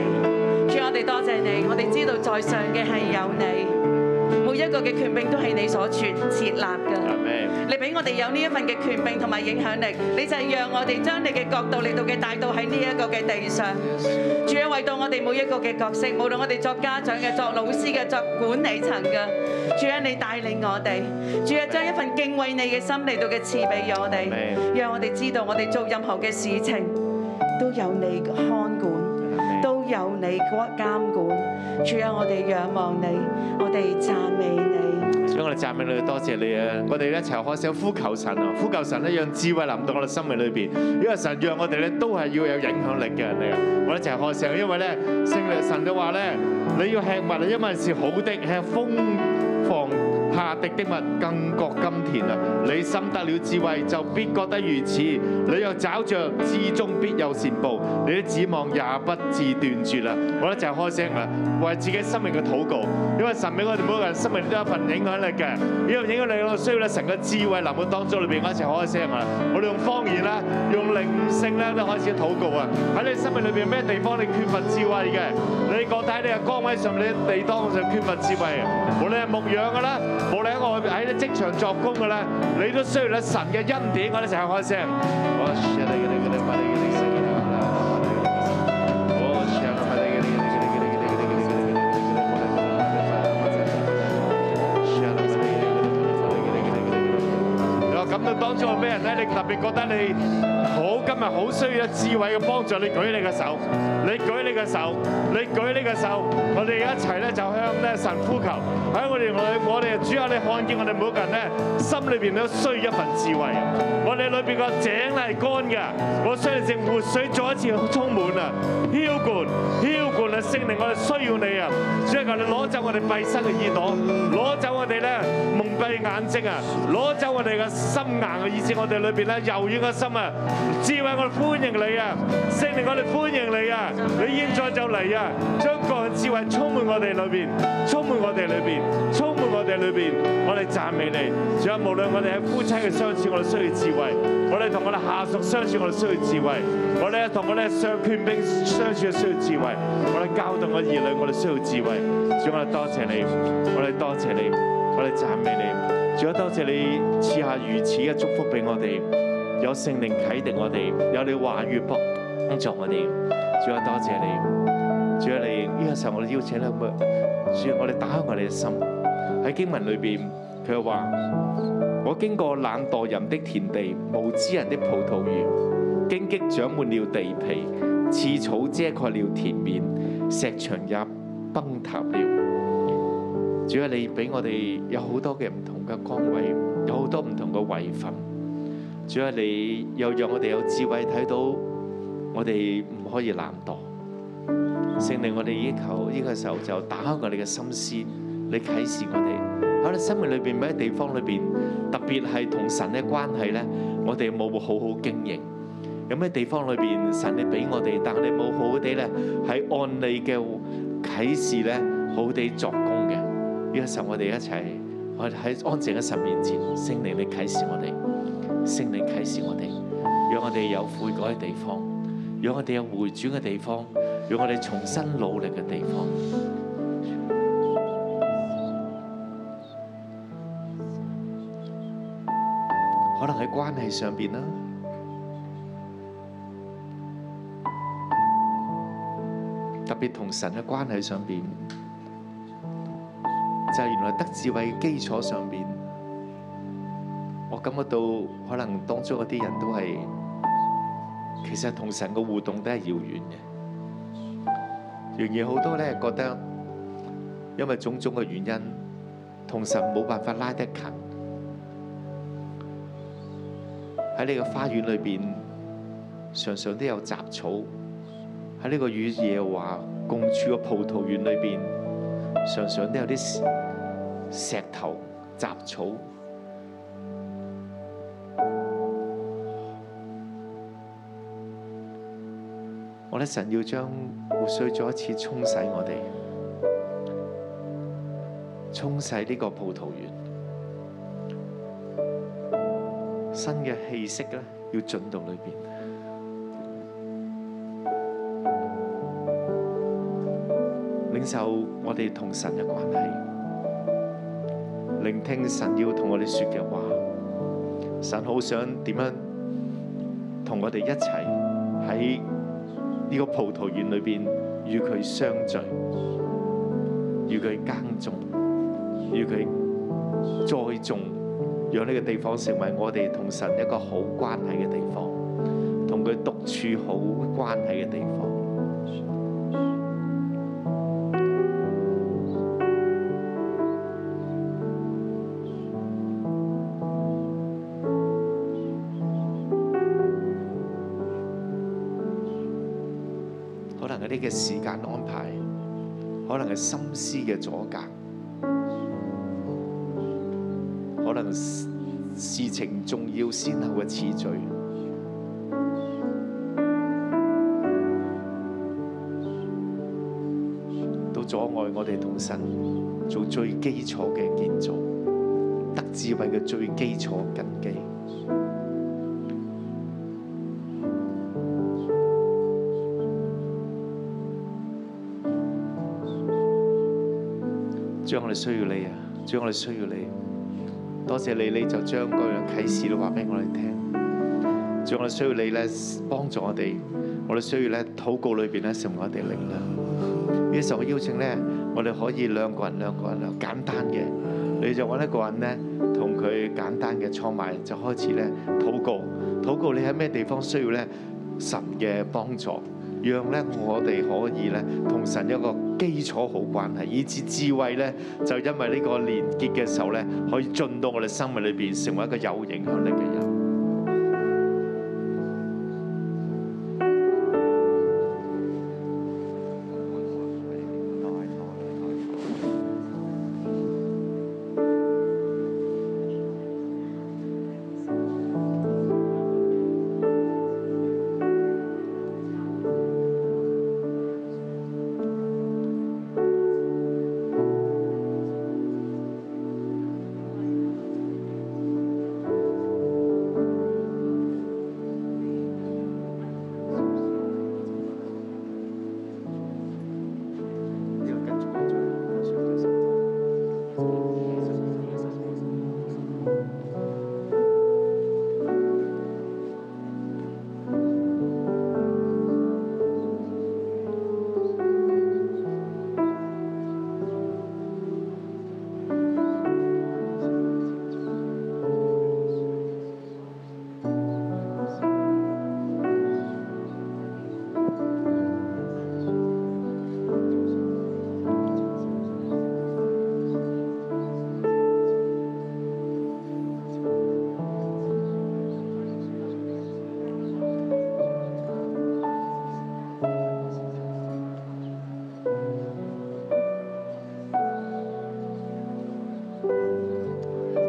[SPEAKER 5] 主，我哋多謝你，我哋知道在上嘅係有你，每一個嘅權柄都係你所傳設立嘅。你俾我哋有呢一份嘅權柄同埋影響力，你就係讓我哋將你嘅角度嚟到嘅帶到喺呢一個嘅地上。主啊，為到我哋每一個嘅角色，無論我哋作家長嘅、作老師嘅、作管理層嘅，主啊，你帶領我哋，主啊，將一份敬畏你嘅心嚟到嘅賜俾我哋，讓我哋知道我哋做任何嘅事情都有你看管。都有你嗰監管。主啊，我哋仰望你，我哋讚美你。
[SPEAKER 6] 所以我哋讚美你，多謝你啊！我哋一齊開聲呼求神啊！呼求神咧，讓智慧臨到我哋生命裏邊。因為神讓我哋咧都係要有影響力嘅人嚟啊！我哋一齊開聲，因為咧聖靈神都話咧，你要吃物啊，因為是好的，吃蜂房下滴的物更覺甘甜啊！你心得了智慧，就必覺得如此。你若找着之中，必有善報。你的指望也不自斷絕啦！我哋一齊開聲啊，為自己生命嘅禱告，因為神俾我哋每個人生命都有一份影響力嘅，呢份影響力我需要咧神嘅智慧臨到當中裏邊，我一齊開聲啊！我哋用方言啦，用靈性咧都開始禱告啊！喺你生命裏邊咩地方你缺乏智慧嘅？你覺得喺你嘅崗位上，你嘅地當上缺乏智慧嘅，無論係牧養嘅啦，無論喺外喺你職場作工嘅啦，你都需要咧神嘅恩典，我哋一齊開聲。我謝你嘅你嘅你嘅你嘅你嘅你嘅我感到當中有咩人咧？你特別覺得你好今日好需要智慧嘅幫助，你舉你嘅手，你舉你嘅手，你舉你嘅手，我哋一齊咧就向咧神呼求。喺我哋我我哋主啊，你看見我哋每個人咧心裏邊都需要一份智慧。我哋裏邊個井咧係乾嘅，我需要淨活水再一次充滿啊！澆灌，澆灌啊！聖靈，我哋需要你啊！主啊，求你攞走我哋閉塞嘅耳朵，攞走我哋咧蒙蔽眼睛啊，攞走我哋嘅心硬嘅意思，我哋裏邊咧柔軟嘅心啊，智慧，我哋歡迎你啊！聖靈，我哋歡迎你啊！你現在就嚟啊，將各樣智慧充滿我哋裏邊，充滿我哋裏邊，充滿我哋裏邊，我哋讚美你。主啊，無論我哋喺夫妻嘅相處，我哋需要智慧；我哋同我哋下屬相處，我哋需要智慧；我哋同我哋上權柄相處，需要智慧；我哋教導我兒女，我哋需要智慧。主，我哋多謝你，我哋多謝你，我哋讚美你。主啊，多謝你賜下如此嘅祝福俾我哋，有聖靈啟迪我哋，有你話語幫助我哋。主啊，多謝你。主啊，你呢個時候我哋邀請你，主啊，我哋打開我哋嘅心。喺經文裏邊，佢話：我經過懶惰人的田地，無知人的葡萄園，荊棘長滿了地皮，刺草遮蓋了田面，石牆也崩塌了。主啊，你俾我哋有好多嘅唔同嘅崗位，有好多唔同嘅位份。主啊，你又讓我哋有智慧睇到，我哋唔可以懶惰。聖靈，我哋依求呢個時候就打開我哋嘅心思，你啟示我哋喺我哋生命裏邊咩地方裏邊，特別係同神嘅關係咧，我哋冇好好經營。有咩地方裏邊神你俾我哋，但係你冇好好地咧喺按你嘅啟示咧，好好地作工嘅。呢個時候我哋一齊，我哋喺安靜嘅神面前，聖靈你啟示我哋，聖靈啟示我哋，讓我哋有悔改嘅地方，讓我哋有回轉嘅地方。
[SPEAKER 7] 讓我哋重新努力嘅地方。可能喺關係上邊啦，特別同神嘅關係上邊，就係原來得智慧嘅基礎上邊，我感覺到可能當中嗰啲人都係其實同神嘅互動都係遙遠嘅。然而好多咧覺得，因為種種嘅原因，同神冇辦法拉得近。喺你嘅花園裏邊，常常都有雜草；喺呢個與耶和華共處嘅葡萄園裏邊，常常都有啲石石頭、雜草。我覺得神要將活水再一次沖洗我哋，沖洗呢個葡萄園，新嘅氣息咧要進到裏邊。領受我哋同神嘅關係，聆聽神要同我哋說嘅話，神好想點樣同我哋一齊喺呢個葡萄園裏邊與佢相聚，與佢耕種，與佢栽種，讓呢個地方成為我哋同神一個好關係嘅地方，同佢獨處好關係嘅地方。可能係呢嘅時間安排，可能係心思嘅阻隔，可能事事情重要先後嘅次序。都阻礙我哋同神做最基礎嘅建造，得智慧嘅最基礎根基。將我哋需要你啊！將我哋需要你，多謝你，你就將嗰樣啟示都話俾我哋聽。將我哋需要你咧，幫助我哋，我哋需要咧禱告裏邊咧成為我哋力量。呢時候我邀請咧，我哋可以兩個人兩個人兩個簡單嘅，你就揾一個人咧，同佢簡單嘅坐埋就開始咧禱告。禱告你喺咩地方需要咧神嘅幫助？讓咧我哋可以咧同神一個基礎好關係，以至智慧咧就因為呢個連結嘅時候咧，可以進到我哋生命裏邊，成為一個有影響力嘅人。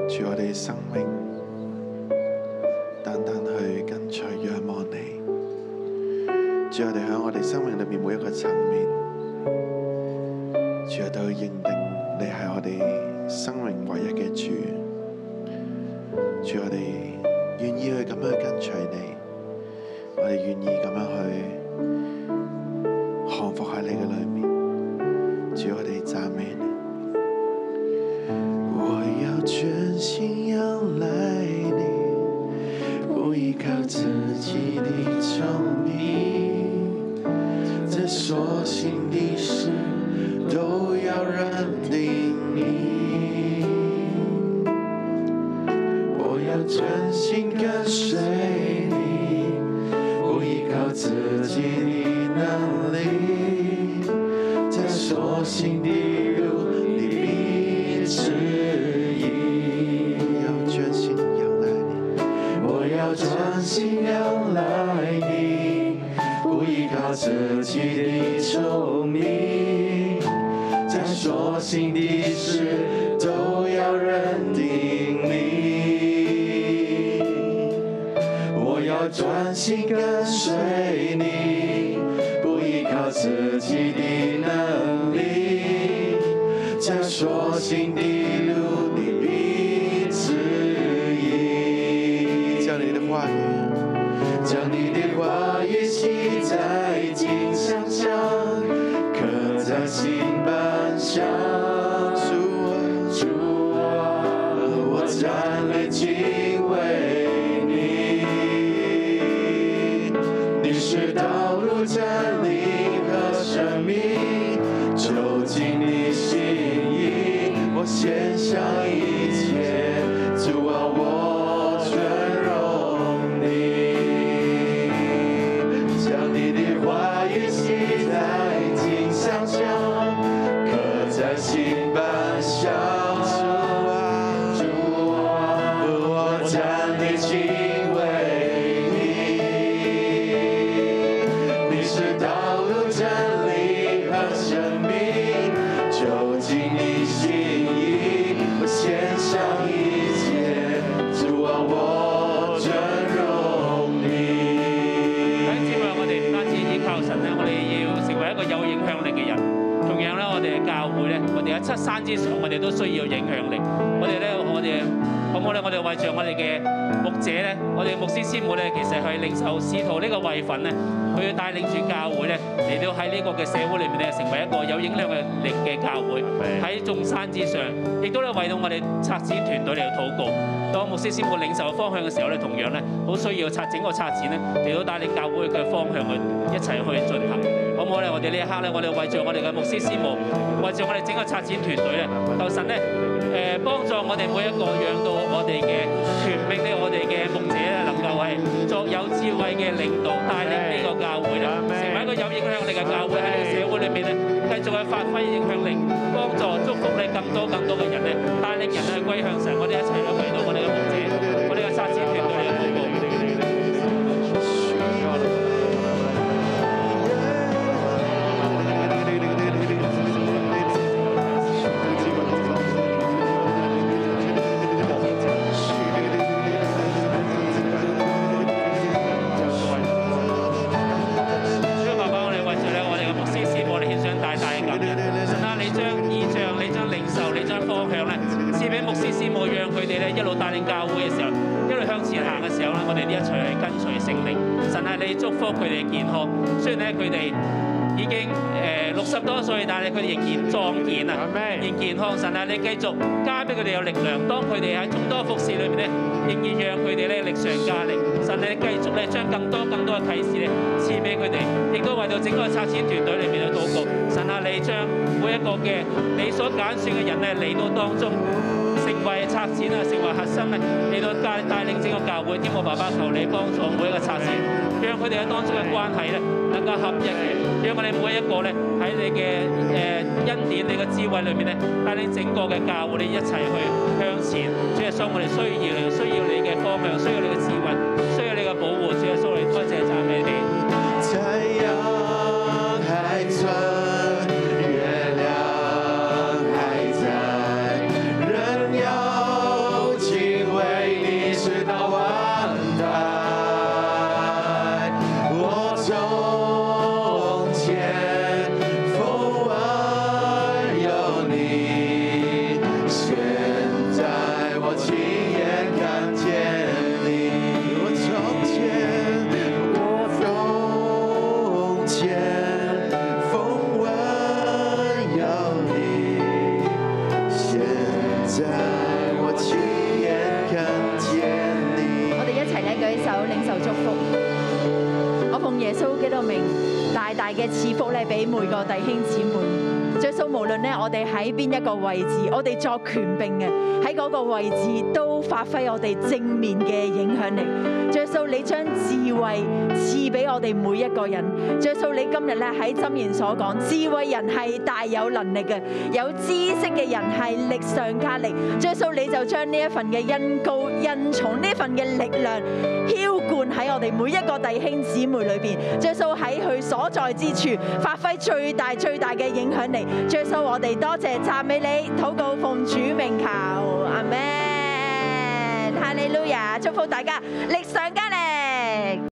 [SPEAKER 4] 住我哋生命，單單去跟隨仰望你。主，我哋喺我哋生命裏面每一個層面，主，我哋去認定你係我哋生命唯一嘅主。主，我哋願意去咁樣去跟隨你，我哋願意咁樣去降服哋嘅裏面。主，我哋赞美你。我要全心仰赖你，不依靠自己的聪明，在所行的事都要认定你。我要专心跟随你，不依靠自己的能力。在所行的路，你必指引。要专心仰赖你，我要专心仰赖你，不依靠自己的聪明，在所行的事都要认定你。我要专心跟随你，不依靠自己的能力，在所行的路你必指引。将你的话语，将你的话语系在经上上，刻在心板上。主啊，我站立敬畏你。你是道路、真理和生命，走进你心意，我献上一切，主啊，我尊荣你，将你的话语写在经上上，刻在心板上。主啊，我站立敬畏你，你是道路、真理和生命，走进你心意，我献上一切，主啊，我尊荣
[SPEAKER 8] 弟兄姊妹，
[SPEAKER 4] 你。
[SPEAKER 8] 我哋唔單止依靠神咧，我哋要成為一個有影響力嘅人。同樣咧，我哋嘅教會咧，我哋喺七山之上，我哋都需要影響力。我哋咧，我哋好唔好咧？我哋為着我哋嘅牧者咧，我哋牧師師母咧，其實係領受使徒呢個位份咧，佢要帶領住教會咧，嚟到喺呢個嘅社會裏面咧，成為一個有影響力嘅教會。喺眾山之上，亦都咧為到我哋策展團隊嚟到禱告。當牧師師傅領受方向嘅時候咧，同樣咧好需要策整個策展咧嚟到帶領教會嘅方向去一齊去進行，好唔好咧？我哋呢一刻咧，我哋為住我哋嘅牧師師母，為住我哋整個策展團隊咧，求神咧誒幫助我哋每一個，讓到我哋嘅權柄咧，我哋嘅牧者咧能夠係作有智慧嘅領導，帶領呢個教會咧，成為一個有影響力嘅教會喺呢個社會裏面咧，繼續去發揮影響力，幫助祝福咧更多更多嘅人咧，帶領人去歸向神，我哋一齊去為到我哋嘅牧者，我哋嘅策展團隊嚟禱告。所以爸爸，我哋為咗咧，我哋嘅牧師師傅，我哋獻上大大嘅感恩。神啊，你將意象，你將領受，你將方向咧，賜俾牧師師母，讓佢哋咧一路帶領教會嘅時候，一路向前行嘅時候咧，我哋呢一齊係跟隨聖靈。神啊，你祝福佢哋嘅健康。雖然咧佢哋已經誒六十多歲，但係佢哋仍然壯健啊！仍健康，神啊，你繼續加俾佢哋有力量。當佢哋喺眾多服侍裏面咧，仍然讓佢哋咧力上加力。神啊，你繼續咧將更多更多嘅啟示咧賜俾佢哋，亦都為到整個策展團隊裏面去禱告。神啊，你將每一個嘅你所揀選嘅人咧嚟到當中，成為策展啊，成為核心咧，嚟到帶帶領整個教會。天父爸爸，求你幫助每一個策展，讓佢哋喺當中嘅關係咧能夠合一嘅，讓我哋每一個咧喺你嘅誒、呃恩典、你嘅智慧裏面咧，帶領整個嘅教會你一齊去向前。主耶穌，我哋需要你，需要你嘅方向，需要你嘅智慧，需要你嘅保護。主耶穌，我哋多謝讚美你。
[SPEAKER 4] 太阳还存，月亮还在，人要敬畏你，直到万代。我从前风闻有你，现在我亲眼看见你。我从前，我从前风闻
[SPEAKER 9] 耶穌基督名，大大嘅賜福咧俾每個弟兄姊妹。耶穌無論咧我哋喺邊一個位置，我哋作權柄嘅喺嗰個位置都發揮我哋正面嘅影響力。耶穌你將智慧賜俾我哋每一個人。耶穌你今日咧喺箴言所講，智慧人係大有能力嘅，有知識嘅人係力上加力。耶穌你就將呢一份嘅恩膏、恩寵呢份嘅力量澆灌喺我哋每一個弟兄姊妹裏邊，耶穌喺佢所在之處發揮最大最大嘅影響力。耶穌，我哋多謝讚美你，禱告奉主名求，阿門。哈利路亞，祝福大家力上加力。